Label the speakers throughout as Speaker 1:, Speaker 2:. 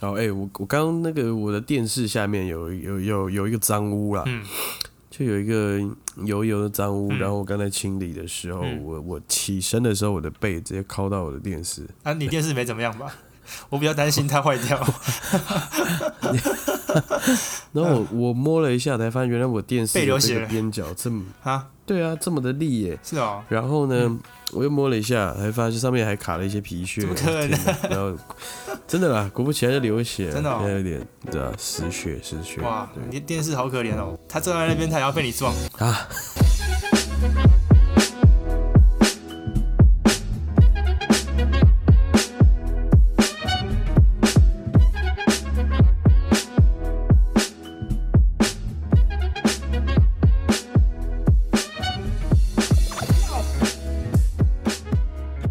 Speaker 1: 然后哎，我我刚刚那个我的电视下面有有有有一个脏污啦，
Speaker 2: 嗯
Speaker 1: 就有一个油油的脏污。
Speaker 2: 嗯
Speaker 1: 然后我刚才清理的时候，
Speaker 2: 嗯
Speaker 1: 我我起身的时候，我的背直接靠到我的电视。
Speaker 2: 啊，你电视没怎么样吧？ 我比较担心它坏掉。
Speaker 1: 然后我我摸了一下，才发现原来我电视
Speaker 2: 背啊流
Speaker 1: 的
Speaker 2: 血
Speaker 1: 这个
Speaker 2: 了
Speaker 1: 边角这么
Speaker 2: 啊，
Speaker 1: 对啊，这么的利耶。
Speaker 2: 是哦，
Speaker 1: 然后呢，我又摸了一下，还发现上面还卡了一些皮屑，啊
Speaker 2: 怎么可能
Speaker 1: 天哪然后真的啦，果不其然就流血了，
Speaker 2: 真的哦
Speaker 1: 现在有点对啊，失血失血，
Speaker 2: 哇，
Speaker 1: 对
Speaker 2: 你的电视好可怜哦，它坐在那边，它也要被你撞。
Speaker 1: 啊，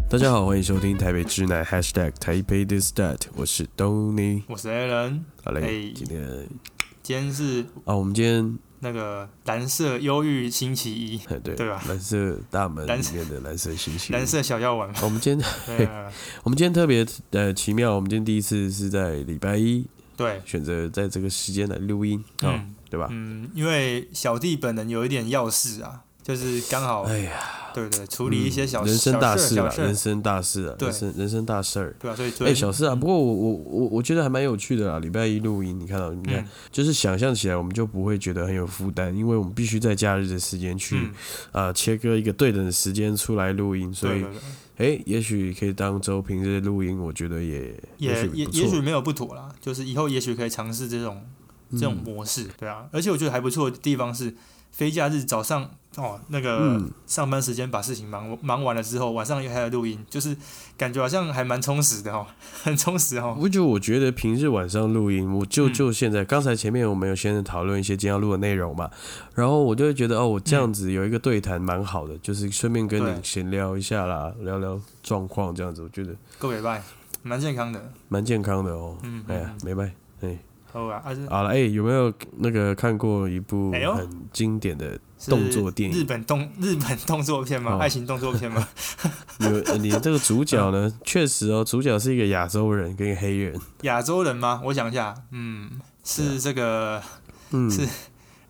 Speaker 1: 大家好，欢迎收听台北直男 Hashtag 台北 This That，我是 Tony，
Speaker 2: 我是 a l
Speaker 1: 好嘞
Speaker 2: 哎，
Speaker 1: 今天
Speaker 2: 今天是
Speaker 1: 啊，我们今天
Speaker 2: 那个蓝色忧郁星期一，
Speaker 1: 哎对
Speaker 2: 对吧
Speaker 1: 蓝色大门
Speaker 2: 蓝
Speaker 1: 里面的蓝色星星，
Speaker 2: 蓝色小药丸嘛。
Speaker 1: 我们今天，
Speaker 2: 对啊
Speaker 1: 我们今天特别呃奇妙，我们今天第一次是在礼拜一
Speaker 2: 对，
Speaker 1: 选择在这个时间来录音啊、哦
Speaker 2: 嗯
Speaker 1: 对吧？
Speaker 2: 嗯，因为小弟本人有一点要事啊，就是刚好，
Speaker 1: 哎呀，
Speaker 2: 对对，处理一些小
Speaker 1: 人生大事
Speaker 2: 小
Speaker 1: 啊，
Speaker 2: 事儿小
Speaker 1: 人
Speaker 2: 事儿，
Speaker 1: 生大事啊，
Speaker 2: 对
Speaker 1: 人生人生大事儿。
Speaker 2: 对啊，所以昨
Speaker 1: 哎、
Speaker 2: 天
Speaker 1: 小事啊，不过我我我我觉得还蛮有趣的啦。礼拜一录音，你看到你看，
Speaker 2: 嗯
Speaker 1: 就是想象起来，我们就不会觉得很有负担，因为我们必须在假日的时间去、
Speaker 2: 嗯，
Speaker 1: 呃切割一个对等的时间出来录音，所
Speaker 2: 对
Speaker 1: 以
Speaker 2: 对对，
Speaker 1: 哎、也许可以当周平日录音，我觉得也
Speaker 2: 也
Speaker 1: 许
Speaker 2: 也
Speaker 1: 不
Speaker 2: 也
Speaker 1: 错
Speaker 2: 许没有不妥啦，就是以后也许可以尝试这种这种
Speaker 1: 嗯
Speaker 2: 模式，对啊，而且我觉得还不错的地方是，非假日早上哦那个
Speaker 1: 嗯
Speaker 2: 上班时间把事情忙忙完了之后，晚上又还有录音，就是感觉好像还蛮充实的哦， 很充实哦，
Speaker 1: 不就我觉得平日晚上录音，我就
Speaker 2: 嗯
Speaker 1: 就现在，刚才前面我们有先讨论一些今天要录的内容嘛，然后我就会觉得哦，我这样子有一个对谈蛮好的，就是顺便跟
Speaker 2: 对
Speaker 1: 你闲聊一下啦，聊聊状况这样子，我觉得
Speaker 2: 各位拜，蛮健康的，
Speaker 1: 蛮健康的哦。
Speaker 2: 嗯，
Speaker 1: 哎呀
Speaker 2: 嗯，
Speaker 1: 没办
Speaker 2: 好啊，啊是
Speaker 1: 法好了，哎，有没有那个看过一部
Speaker 2: 哎呦
Speaker 1: 很经典的？
Speaker 2: 是
Speaker 1: 动作电影
Speaker 2: 日本动日本动作片吗？
Speaker 1: 哦
Speaker 2: 爱情动 作片吗？
Speaker 1: 有 你这个主角呢，确实哦，主角是一个亚洲人跟一个黑人，
Speaker 2: 亚洲人吗？我想一下，嗯，是这个
Speaker 1: 啊嗯，
Speaker 2: 是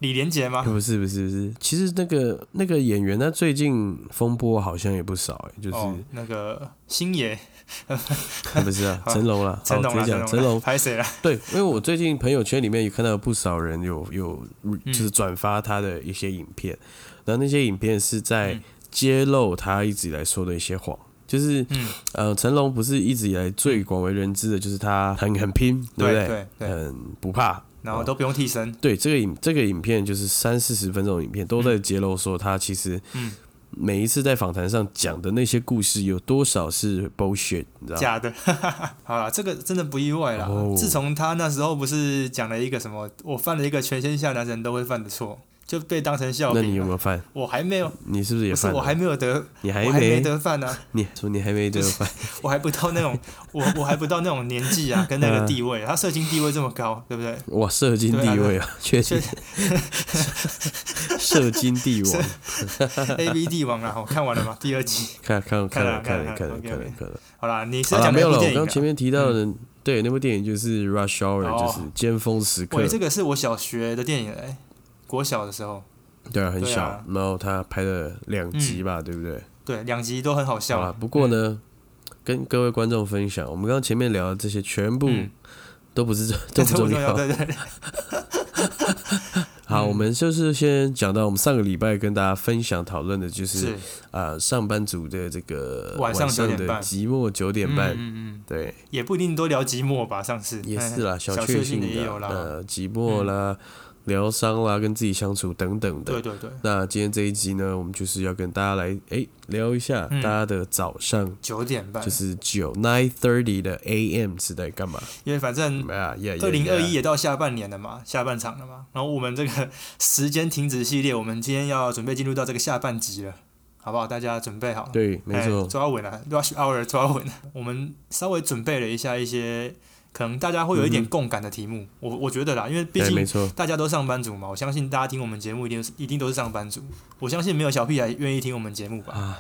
Speaker 2: 李连杰 吗？
Speaker 1: 不是不是不是，其实那个那个演员他最近风波好像也不少，哎，就是。
Speaker 2: 哦，那个星爷
Speaker 1: 不是 啊，
Speaker 2: 好
Speaker 1: 成龙啦，
Speaker 2: 成龙
Speaker 1: 好
Speaker 2: 啦，
Speaker 1: 直接讲
Speaker 2: 成
Speaker 1: 成
Speaker 2: 龙
Speaker 1: 龙
Speaker 2: 啦，。拍谁啦？
Speaker 1: 对，因为我最近朋友圈里面也看到有不少人有有
Speaker 2: 嗯
Speaker 1: 就是转发他的一些影片，然后那些影片是在
Speaker 2: 嗯
Speaker 1: 揭露他一直以来说的一些谎。就是，
Speaker 2: 嗯
Speaker 1: 呃，成龙不是一直以来最广为人知的，就是他很很拼，对不
Speaker 2: 对对对，
Speaker 1: 很不怕。
Speaker 2: 然后都不用替身，
Speaker 1: 对这个影这个影片，就是三四十分钟的影片，都在揭露说他其实
Speaker 2: 嗯，
Speaker 1: 每一次在访谈上讲的那些故事有多少是 bullshit，你知道吗？
Speaker 2: 假的。 好啦，这个真的不意外啦
Speaker 1: 啊哦。
Speaker 2: 自从他那时候不是讲了一个什么，我犯了一个全天下男人都会犯的错，就被当成笑
Speaker 1: 那你有
Speaker 2: 柄
Speaker 1: 没
Speaker 2: 了。
Speaker 1: 有犯？
Speaker 2: 我还没有，
Speaker 1: 你是不是也
Speaker 2: 不是
Speaker 1: 犯了？
Speaker 2: 我还没有得，
Speaker 1: 你还
Speaker 2: 我还没得犯呢、啊，
Speaker 1: 你说你还没得
Speaker 2: 就是
Speaker 1: 饭，
Speaker 2: 我还不到那种，我我还不到那种年 纪啊，跟那
Speaker 1: 嗯
Speaker 2: 个地位，他社经地位这么高，对不对？
Speaker 1: 哇，社经地位啊，确实， 社经帝王，
Speaker 2: A B 帝王啦，啊我看完了吗？第二季。
Speaker 1: 看看
Speaker 2: 看
Speaker 1: 看
Speaker 2: 了
Speaker 1: 了
Speaker 2: 看
Speaker 1: 看
Speaker 2: 了
Speaker 1: 了看了
Speaker 2: 看了
Speaker 1: 看了看了，
Speaker 2: 好啦，你是
Speaker 1: 好
Speaker 2: 要
Speaker 1: 了
Speaker 2: 讲
Speaker 1: 没
Speaker 2: 哪
Speaker 1: 有
Speaker 2: 部
Speaker 1: 了，我
Speaker 2: 电
Speaker 1: 刚
Speaker 2: 影、
Speaker 1: 刚前
Speaker 2: 啊？
Speaker 1: 面提到的，对，那部电影就是《Rush Hour》，
Speaker 2: 哦
Speaker 1: 就是尖峰时刻
Speaker 2: 喂，，这个是我小学的电影哎、国小的时候，
Speaker 1: 对啊，很
Speaker 2: 对
Speaker 1: 小
Speaker 2: 啊，嗯
Speaker 1: 然后他拍了两集吧，对不对？
Speaker 2: 对，两集都很好笑
Speaker 1: 好
Speaker 2: 啊
Speaker 1: 了，。不过呢，跟各位观众分享，我们刚刚前面聊的这些全部
Speaker 2: 嗯
Speaker 1: 都不是 都
Speaker 2: 这
Speaker 1: 不
Speaker 2: 不
Speaker 1: 重
Speaker 2: 重嗯
Speaker 1: 要，
Speaker 2: 对对对，
Speaker 1: 好，我们就是先讲到我们上个礼拜跟大家分享讨论的，就是
Speaker 2: 是
Speaker 1: 啊、上班族的这个
Speaker 2: 晚上9
Speaker 1: 的
Speaker 2: 点半
Speaker 1: 寂寞九点半，
Speaker 2: 嗯嗯
Speaker 1: 对，
Speaker 2: 嗯，也不一定都聊寂寞吧，上次
Speaker 1: 也是啦，
Speaker 2: 哎小
Speaker 1: 确
Speaker 2: 幸
Speaker 1: 幸
Speaker 2: 的也
Speaker 1: 的
Speaker 2: 有啦，嗯
Speaker 1: 呃，寂寞啦、疗伤啦、跟自己相处等等
Speaker 2: 对
Speaker 1: 的。
Speaker 2: 对对，
Speaker 1: 那今天这一集呢，我们就是要跟大家来哎聊一下
Speaker 2: 嗯
Speaker 1: 大家的早上。
Speaker 2: 九点半
Speaker 1: 就，是九 nine thirty 的 AM 是在干嘛？
Speaker 2: 因为反正
Speaker 1: 啊，
Speaker 2: 嗯二零二一
Speaker 1: yeah, yeah, yeah
Speaker 2: 也到下半年了嘛，下半场了嘛，然后我们这个 时间停止系列，我们今天要准备进入到这个下半集了，好不好？大家准备好。
Speaker 1: 对，没
Speaker 2: 哎
Speaker 1: 错，
Speaker 2: 抓稳了，rush hour 抓稳了。我们稍微准备了一下一些可能大家会有一点共感的题目。我我觉得啦，因为毕
Speaker 1: 嗯对，没
Speaker 2: 竟
Speaker 1: 错，
Speaker 2: 大家都上班族嘛，我相信大家听我们节目一定是一定都是上班族，我相信没有小屁孩愿意听我们节目吧。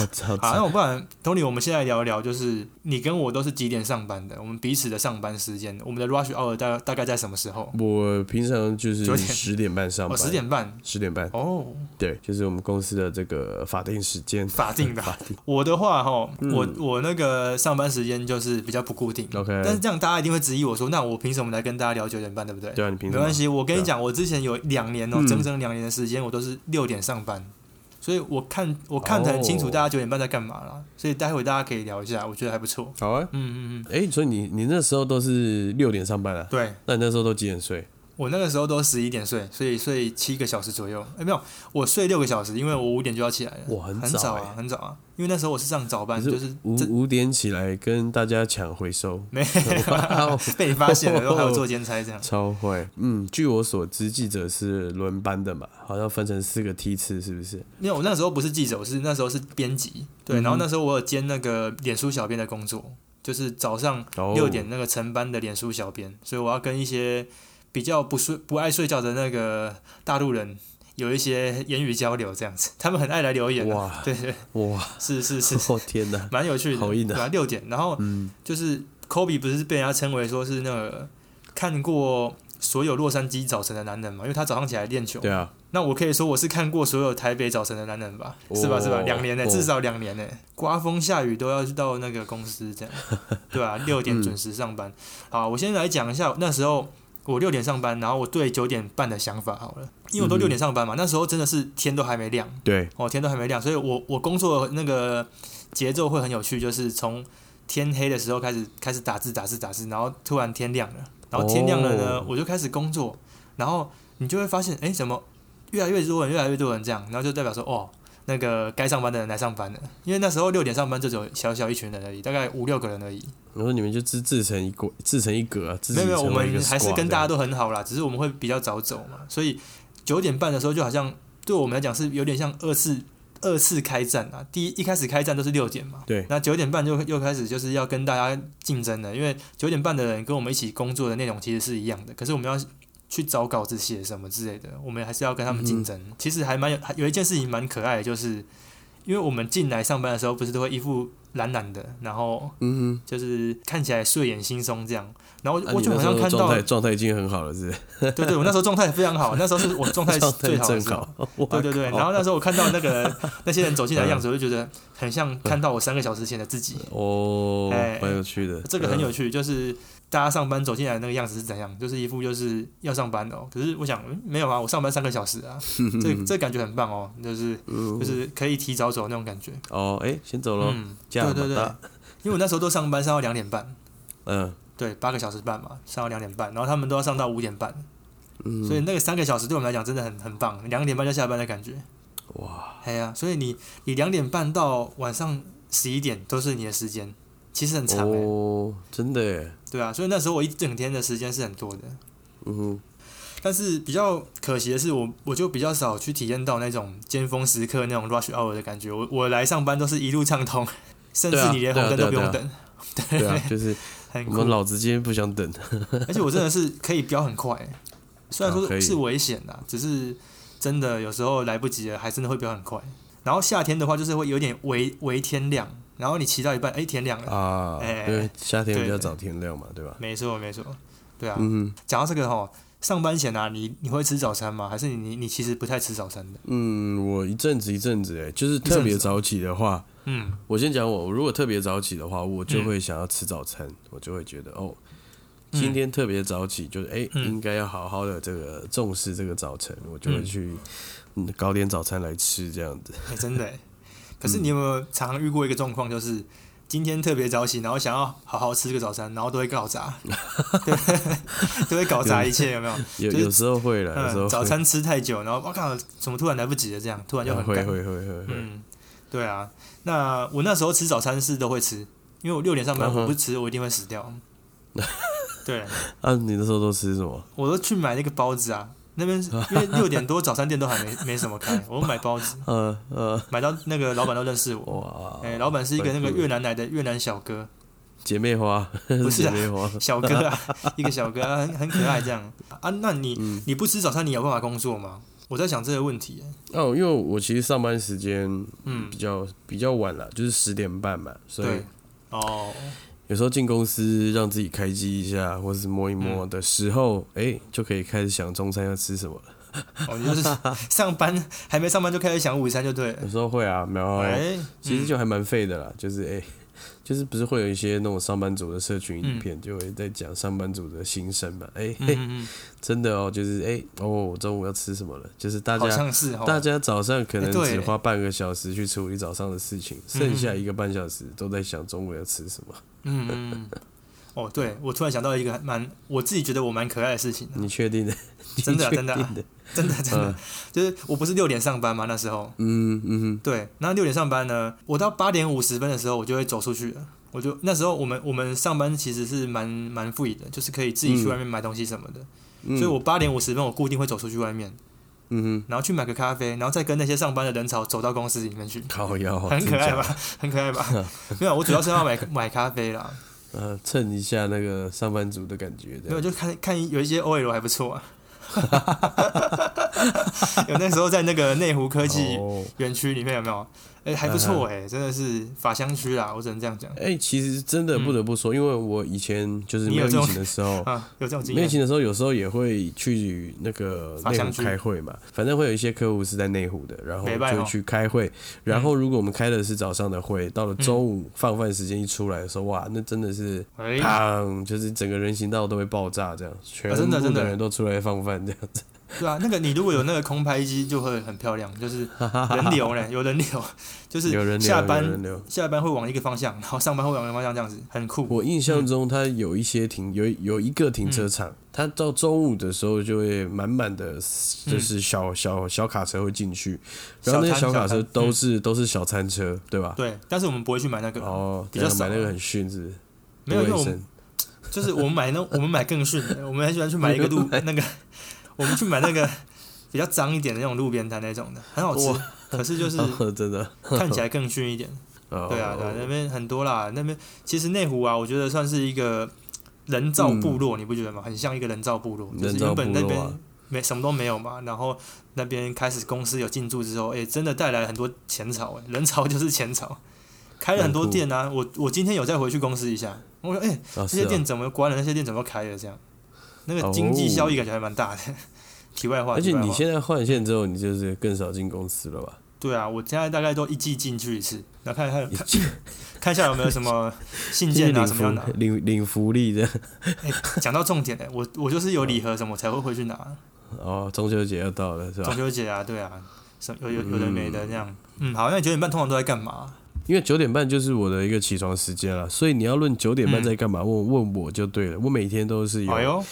Speaker 1: 我操，
Speaker 2: 好，那我不然，Tony，我们现在聊一聊，就是你跟我都是几点上班的？我们彼此的上班时间，我们的 rush hour 大大概在什么时候？
Speaker 1: 我平常就是
Speaker 2: 九点
Speaker 1: 十点半上
Speaker 2: 哦，
Speaker 1: 班，
Speaker 2: 十点半。
Speaker 1: 十点半，
Speaker 2: 哦，
Speaker 1: 对，就是我们公司的这个法定时间，
Speaker 2: 法定 的
Speaker 1: 法定
Speaker 2: 我的话哈，
Speaker 1: 嗯
Speaker 2: 我我那个上班时间就是比较不固定，
Speaker 1: ，OK，
Speaker 2: 但是这样大家一定会质疑我说，那我凭什么来跟大家聊九点半，对不对？
Speaker 1: 对啊，你平
Speaker 2: 没
Speaker 1: 常
Speaker 2: 关系，我跟你讲，我之前有两年哦、
Speaker 1: 嗯
Speaker 2: 整整两年的时间，我都是六点上班，所以我看我看得很清楚
Speaker 1: 哦
Speaker 2: 大家九点半在干嘛啦，所以待会大家可以聊一下，我觉得还不错。
Speaker 1: 好啊，
Speaker 2: 嗯嗯嗯，
Speaker 1: 哎、所以你你那时候都是六点上班啊？
Speaker 2: 对。
Speaker 1: 那你那时候都几点睡？
Speaker 2: 我那个时候都十一点睡，所以睡七个小时左右。哎、没有，我睡六个小时，因为我五点就要起来了。
Speaker 1: 哇很
Speaker 2: 很
Speaker 1: 早
Speaker 2: 早
Speaker 1: 欸
Speaker 2: 啊，很早啊。因为那时候我是上早班，
Speaker 1: 可
Speaker 2: 就是
Speaker 1: 五
Speaker 2: 这
Speaker 1: 五点起来跟大家抢回收，
Speaker 2: 没啊
Speaker 1: 哇哦
Speaker 2: 被你发现了，然后还有做兼差这样。
Speaker 1: 超会。嗯，据我所知，记者是轮班的嘛，好像分成四个梯次，是不是？
Speaker 2: 没有，我那时候不是记者，我是那时候是编辑。对，
Speaker 1: 嗯哼
Speaker 2: 然后那时候我有兼那个脸书小编的工作，就是早上
Speaker 1: 哦
Speaker 2: 六点那个晨班的脸书小编，所以我要跟一些比较不睡不爱睡觉的那个大陆人有一些言语交流这样子。他们很爱来留言、啊。
Speaker 1: 哇
Speaker 2: 对对，
Speaker 1: 哇，
Speaker 2: 是是是。
Speaker 1: 我天哪！
Speaker 2: 蛮有趣的，嗯
Speaker 1: 好硬啊
Speaker 2: 对吧、六点，然后就是 Kobe 不是被人家称为说是那个看过所有洛杉矶早晨的男人嘛，因为他早上起来练球。
Speaker 1: 对啊，
Speaker 2: 那我可以说我是看过所有台北早晨的男人吧，
Speaker 1: 哦
Speaker 2: 是吧？是吧？两年呢、
Speaker 1: 哦
Speaker 2: 至少两年呢、刮风下雨都要去到那个公司这样，对吧、啊？六点准时上班。好，我先来讲一下那时候。我六点上班，然后我对九点半的想法好了，因为我都
Speaker 1: 嗯哼
Speaker 2: 六点上班嘛，那时候真的是天都还没亮，
Speaker 1: 对，
Speaker 2: 哦，天都还没亮，所以我我工作那个节奏会很有趣，就是从天黑的时候开始开始打字打字打字，然后突然天亮了，然后天亮了呢，
Speaker 1: 哦
Speaker 2: 我就开始工作，然后你就会发现，哎，怎么越来越多人，越来越多人这样，然后就代表说，哦，那个该上班的人来上班了，因为那时候六点上班就只有小小一群人而已，大概五六个人而已，
Speaker 1: 我说你们就自自成一国，自成一格啊，自
Speaker 2: 没
Speaker 1: 己
Speaker 2: 有没有，我
Speaker 1: 成为一个
Speaker 2: 们还是
Speaker 1: squad
Speaker 2: 跟
Speaker 1: 这
Speaker 2: 大
Speaker 1: 样
Speaker 2: 家都很好啦，只是我们会比较早走嘛，所以九点半的时候就好像对我们来讲是有点像二次二次开战啊。第一一开始开战都是六点嘛，
Speaker 1: 对
Speaker 2: 那九点半就又开始就是要跟大家竞争了，因为九点半的人跟我们一起工作的内容其实是一样的，可是我们要去找稿子写什么之类的，我们还是要跟他
Speaker 1: 嗯
Speaker 2: 们竞争。其实还蛮有还有一件事情蛮可爱的，就是因为我们进来上班的时候不是都会一副懒懒的，然后
Speaker 1: 嗯
Speaker 2: 就是看起来睡眼惺忪这样。然后
Speaker 1: 哼，啊
Speaker 2: 我
Speaker 1: 你
Speaker 2: 就
Speaker 1: 那
Speaker 2: 好
Speaker 1: 时
Speaker 2: 像
Speaker 1: 候
Speaker 2: 看
Speaker 1: 状
Speaker 2: 到
Speaker 1: 态状态已经很好了，是不是？
Speaker 2: 对对，我那时候状态非常好，那时候是我状态
Speaker 1: 状
Speaker 2: 最
Speaker 1: 态
Speaker 2: 好的
Speaker 1: 正
Speaker 2: 时候。
Speaker 1: 好，哇
Speaker 2: 对对对，
Speaker 1: 靠
Speaker 2: 然后那时候我看到 那个那些人走进来的
Speaker 1: 嗯
Speaker 2: 样子，我就觉得很像看到我三个小时前的自己。
Speaker 1: 哦
Speaker 2: 哎，
Speaker 1: 蛮有趣的，
Speaker 2: 这个很
Speaker 1: 嗯
Speaker 2: 有趣，就是大家上班走进来的那个样子是怎样，就是一副就是要上班的哦。可是我想，嗯没有啊，我上班三个小 时啊，这这感觉很棒哦，就是就是可以提早走那种感觉。
Speaker 1: 嗯哦，哎，先走喽，
Speaker 2: 嗯，
Speaker 1: 这样
Speaker 2: 对对对
Speaker 1: 吧
Speaker 2: 因为我那时候都上班上到两点半，
Speaker 1: 嗯，
Speaker 2: 对，八个小时半嘛，上到两点半，然后他们都要上到五点半，
Speaker 1: 嗯
Speaker 2: 所以那个三个小时对我们来讲真的很很棒，两点半就下班的感觉。
Speaker 1: 哇，
Speaker 2: 哎呀、所以你你两点半到晚上十一点都是你的时间，其实很长哎、
Speaker 1: 哦，真的耶，
Speaker 2: 对啊，所以那时候我一整天的时间是很多的，
Speaker 1: 嗯 哼，
Speaker 2: 但是比较可惜的是我，我就比较少去体验到那种尖峰时刻那种 rush hour 的感觉。我我来上班都是一路畅通，甚
Speaker 1: 对
Speaker 2: 至
Speaker 1: 啊
Speaker 2: 你连红灯
Speaker 1: 对
Speaker 2: 都
Speaker 1: 啊
Speaker 2: 不
Speaker 1: 对啊
Speaker 2: 用等，
Speaker 1: 对啊，就是
Speaker 2: 很
Speaker 1: 我
Speaker 2: 酷
Speaker 1: 们。老子今天不想等，
Speaker 2: 而且我真的是可以飙很快、欸，虽然
Speaker 1: 啊可
Speaker 2: 说
Speaker 1: 以
Speaker 2: 是危险的，只是真的有时候来不及了，还真的会飙很快。然后夏天的话，就是会有点微微天亮，然后你骑到一半，哎、天亮了。
Speaker 1: 啊，
Speaker 2: 哎
Speaker 1: 因为夏天比较早天亮嘛，对吧？
Speaker 2: 没错，没错，对啊。
Speaker 1: 嗯
Speaker 2: 讲到这个哈，上班前啊，你你会吃早餐吗？还是你你你其实不太吃早餐的？
Speaker 1: 嗯，我一阵子一阵子，哎，就是特别早起的话，
Speaker 2: 嗯，
Speaker 1: 我先讲我，我如果特别早起的话，我就会想要吃早餐，我就会觉得哦。
Speaker 2: 嗯
Speaker 1: 今天特别早起，就是哎、
Speaker 2: 嗯
Speaker 1: 应该要好好的这个重视这个早晨，我就会去嗯搞点早餐来吃这样子。
Speaker 2: 哎、真 的、欸。可是你有没有常常遇过一个状况，就是今天特别早起，然后想要好好吃个早餐，然后都会 搞砸，对，都会搞砸一切，有没有？
Speaker 1: 有
Speaker 2: 就是
Speaker 1: 有时候会了，有时候
Speaker 2: 嗯，
Speaker 1: 会
Speaker 2: 早餐吃太久，然后我靠，怎么突然来不及了？这样突然就很
Speaker 1: 啊会
Speaker 2: 赶。
Speaker 1: 会会会会，
Speaker 2: 嗯，对啊。那我那时候吃早餐是都会吃，因为我六点上班，
Speaker 1: 嗯哼
Speaker 2: 我不吃我一定会死 掉。对，
Speaker 1: 啊，你那时候都吃什么？
Speaker 2: 我都去买那个包子啊，那边是因为六点多早餐店都还没没什么开，我买包子，
Speaker 1: 呃呃，
Speaker 2: 买到那个老板都认识我。
Speaker 1: 哇，
Speaker 2: 哎、老板是一个那个越南来的越南小哥，
Speaker 1: 姐妹花，
Speaker 2: 不是
Speaker 1: 姐
Speaker 2: 啊
Speaker 1: 妹花，
Speaker 2: 小哥啊， 一个小哥、啊、很很可爱这样啊。那你、
Speaker 1: 嗯
Speaker 2: 你不吃早餐，你有办法工作吗？我在想这个问题。哎
Speaker 1: 哦，因为我其实上班时间
Speaker 2: 嗯
Speaker 1: 比，较比较晚了，就是十点半嘛，所以
Speaker 2: 对，哦，
Speaker 1: 有时候进公司让自己开机一下，或是摸一摸
Speaker 2: 嗯
Speaker 1: 的时候，哎、就可以开始想中餐要吃什么了。
Speaker 2: 哦，你就是 上班还没上班就开始想午餐就对了。
Speaker 1: 有时候会啊，然后
Speaker 2: 哎、
Speaker 1: 其实就还蛮废的啦，就是哎、就是不是会有一些那种上班族的社群影片，就会在讲上班族的心声嘛？哎、
Speaker 2: 嗯
Speaker 1: 嘿
Speaker 2: 嗯
Speaker 1: 真的哦，就是哎、哦，我中午要吃什么了？就是大
Speaker 2: 嗯，好
Speaker 1: 家
Speaker 2: 像是哦。
Speaker 1: 大家早上可能
Speaker 2: 哎对
Speaker 1: 只花半个小时去处理早上的事情，剩下一个半小时都在想中午要吃什么。
Speaker 2: 嗯嗯嗯。哦，对，我突然想到一个蛮，我自己觉得我蛮可爱的事情的，
Speaker 1: 你确定的？
Speaker 2: 嗯 真的啊
Speaker 1: 你确
Speaker 2: 真的啊
Speaker 1: 定的？
Speaker 2: 真的真的，就是我不是六点上班嘛，那时候，
Speaker 1: 嗯嗯哼。
Speaker 2: 对，然后六点上班呢，我到八点五十分的时候，我就会走出去了。我就那时候我们我们上班其实是蛮蛮富裕的，就是可以自己去外面买东西什么的，
Speaker 1: 嗯
Speaker 2: 所以我八点五十分我固定会走出去外面，
Speaker 1: 嗯
Speaker 2: 然后去买个咖啡，然后再跟那些上班的人潮走到公司里面去
Speaker 1: 哼，，靠腰啊，
Speaker 2: 很可
Speaker 1: 真
Speaker 2: 爱
Speaker 1: 假
Speaker 2: 吧？ 很可爱吧？ 没有，我主要是要买买咖啡啦，
Speaker 1: 呃，蹭一下那个上班族的感觉
Speaker 2: 没有
Speaker 1: 的。
Speaker 2: 就看看有一些 OL 还不错 啊， 有那时候在那个内湖科技
Speaker 1: 哦，
Speaker 2: 园区里面有没有？哎、还不
Speaker 1: 嗯
Speaker 2: 错哎、真的是法香区啦，我只能这样讲。
Speaker 1: 哎、其实真的不得不说，因为我以前就是没
Speaker 2: 你有
Speaker 1: 有疫
Speaker 2: 这种，
Speaker 1: 情的时候
Speaker 2: 啊，有这种经
Speaker 1: 没有疫
Speaker 2: 验。
Speaker 1: 情的时候，有时候也会去那个
Speaker 2: 法
Speaker 1: 内湖
Speaker 2: 香区
Speaker 1: 开会嘛，反正会有一些客户是在内湖的，然后
Speaker 2: 没哦办法
Speaker 1: 就去开会。然后如果我们开的是早上的
Speaker 2: 嗯
Speaker 1: 会，到了中午放饭时间一出来的时候，哇，那真的是。
Speaker 2: 哎、
Speaker 1: 砰！就是整个人行道都会爆炸，这样全
Speaker 2: 啊
Speaker 1: 部
Speaker 2: 真的真的
Speaker 1: 人都出来放饭，这样子。
Speaker 2: 对啊，那个你如果有那个空拍机，就会很漂亮，就是人 流呢，有人流，就
Speaker 1: 有人流，
Speaker 2: 是下
Speaker 1: 有
Speaker 2: 班
Speaker 1: 人流。
Speaker 2: 下班会往一个方向，然后上班会往一个方向，这样子很酷。
Speaker 1: 我印象中，它有一些停有有一个停车
Speaker 2: 嗯
Speaker 1: 场，它到中午的时候就会满满的，就是小小小卡车会进去，然后那些
Speaker 2: 嗯小摊嗯
Speaker 1: 卡车
Speaker 2: 小摊
Speaker 1: 都是都是小餐车，对吧？
Speaker 2: 对，但是我们不会去买那个，
Speaker 1: 哦，
Speaker 2: 比较
Speaker 1: 对
Speaker 2: 少
Speaker 1: 买那个
Speaker 2: 啊
Speaker 1: 很逊，是不是
Speaker 2: 没有，因
Speaker 1: 不
Speaker 2: 为
Speaker 1: 卫
Speaker 2: 我
Speaker 1: 生
Speaker 2: 们。就是我们 买那我们买更逊的，我们很喜欢去买一个路那个，我们去买那个比较脏一点的那种路边摊那种的，很好吃，可 是就是
Speaker 1: 哦真的，
Speaker 2: 看起来更逊一点。
Speaker 1: 哦
Speaker 2: 对啊，对啊，那边很多啦。那边其实内湖啊，我觉得算是一个人造部落，你不觉得吗？很像一个人造部落，就
Speaker 1: 嗯
Speaker 2: 是
Speaker 1: 人造
Speaker 2: 原本那
Speaker 1: 部落啊
Speaker 2: 边没什么都没有嘛，然后那边开始公司有进驻之后，哎、真的带来很多钱潮、哎，人潮就是钱潮， 开了很多
Speaker 1: 蛮酷
Speaker 2: 店啊。我我今天有再回去公司一下，我说哎、
Speaker 1: 哦
Speaker 2: 这
Speaker 1: 是
Speaker 2: 些
Speaker 1: 哦
Speaker 2: 店怎么关了？那些店怎么开了？这样，那个
Speaker 1: 哦
Speaker 2: 经济效益感觉还蛮大的。 题外话，
Speaker 1: 而且
Speaker 2: 题外
Speaker 1: 你
Speaker 2: 话
Speaker 1: 现在换线之后，你就是更少进公司了吧？
Speaker 2: 对啊，我现在大概都一季进去一次，然后看看
Speaker 1: 一
Speaker 2: 看看一下有没有什么信
Speaker 1: 就是
Speaker 2: 件啊
Speaker 1: 领
Speaker 2: 什么
Speaker 1: 福
Speaker 2: 要拿。哎
Speaker 1: 领领福利的
Speaker 2: 讲到重点嘞、我我就是有礼盒什么才会回去拿，
Speaker 1: 哦，中秋节要到了是吧
Speaker 2: 中？秋节啊，对啊，什有有有的没的这样。嗯，好，那你九点半通常都在干嘛？
Speaker 1: 因为九点半就是我的一个起床时间了，所以你要论九点
Speaker 2: 嗯
Speaker 1: 半在干嘛，问问我就对了。我每天都是有、
Speaker 2: 哎呦，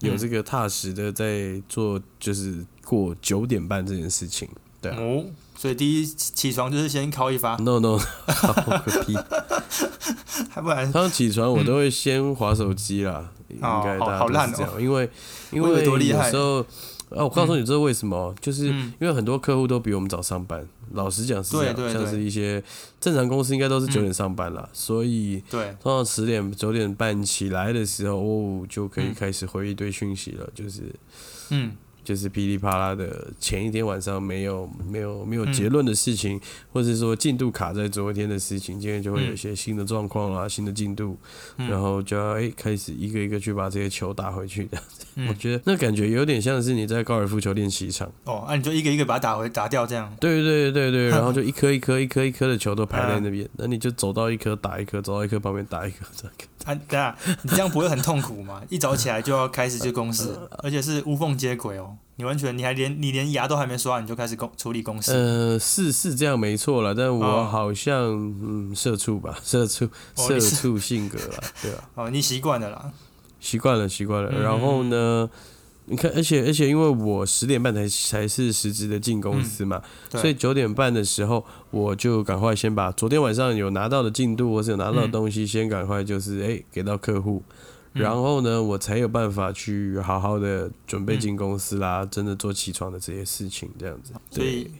Speaker 1: 有这个踏实的在做，就是过九点半这件事情。对啊
Speaker 2: 哦，所以第一起床就是先敲一发，
Speaker 1: No no，好个 屁！
Speaker 2: 还不然
Speaker 1: 刚起床我都会先划手机啦，应该大家
Speaker 2: 好
Speaker 1: 都
Speaker 2: 烂
Speaker 1: 是
Speaker 2: 哦
Speaker 1: 这样，因为因
Speaker 2: 我以
Speaker 1: 为
Speaker 2: 为多厉
Speaker 1: 有
Speaker 2: 害
Speaker 1: 时候啊，我告诉你这是为什么，就是
Speaker 2: 嗯
Speaker 1: 因为很多客户都比我们早上班。老实讲是这样，
Speaker 2: 对对
Speaker 1: 像
Speaker 2: 对
Speaker 1: 是一些正常公司应该都是
Speaker 2: 嗯
Speaker 1: 九点上班啦，所以
Speaker 2: 对，
Speaker 1: 通常十点九点半起来的时候，哦，就可以开始回一堆讯息了，就是
Speaker 2: 嗯，
Speaker 1: 就是噼里啪啦的，前一天晚上没有没有没有
Speaker 2: 嗯
Speaker 1: 结论的事情，或者说进度卡在昨天的事情，今天就会有一些新的状况啦、新的进度，
Speaker 2: 嗯
Speaker 1: 然后就要哎、开始一个一个去把这些球打回去的。
Speaker 2: 嗯
Speaker 1: 我觉得那感觉有点像是你在高尔夫球练习场，
Speaker 2: 哦，那、你就一个一个把它打回打掉这样。
Speaker 1: 对对对 对，然后就一颗一颗一颗一颗的球都排在那
Speaker 2: 嗯
Speaker 1: 边，那你就走到一颗打一颗，走到一颗旁边打一颗，这样
Speaker 2: 啊，等下，你这样不会很痛苦吗？一早起来就要开始去公司，而且是无缝接轨哦。你完全，你还连你连牙都还没刷，你就开始公处理公司。
Speaker 1: 呃，是是这样没错了，但我
Speaker 2: 哦
Speaker 1: 好像、嗯，社畜吧， 社畜
Speaker 2: 哦
Speaker 1: 社
Speaker 2: 你是
Speaker 1: 畜性格 啦，对啊，
Speaker 2: 哦，你习惯了啦。
Speaker 1: 习惯了习惯了。
Speaker 2: 嗯
Speaker 1: 然后呢，你看，而且而且因为我十点半才才是实质的进公司嘛，
Speaker 2: 嗯对
Speaker 1: 所以九点半的时候我就赶快先把昨天晚上有拿到的进度或是有拿到的
Speaker 2: 嗯
Speaker 1: 东西，先赶快就是哎、给到客户。
Speaker 2: 嗯
Speaker 1: 然后呢，我才有办法去好好的准备
Speaker 2: 嗯
Speaker 1: 进公司啦，真的做起床的这些事情，这样子。
Speaker 2: 所以
Speaker 1: 对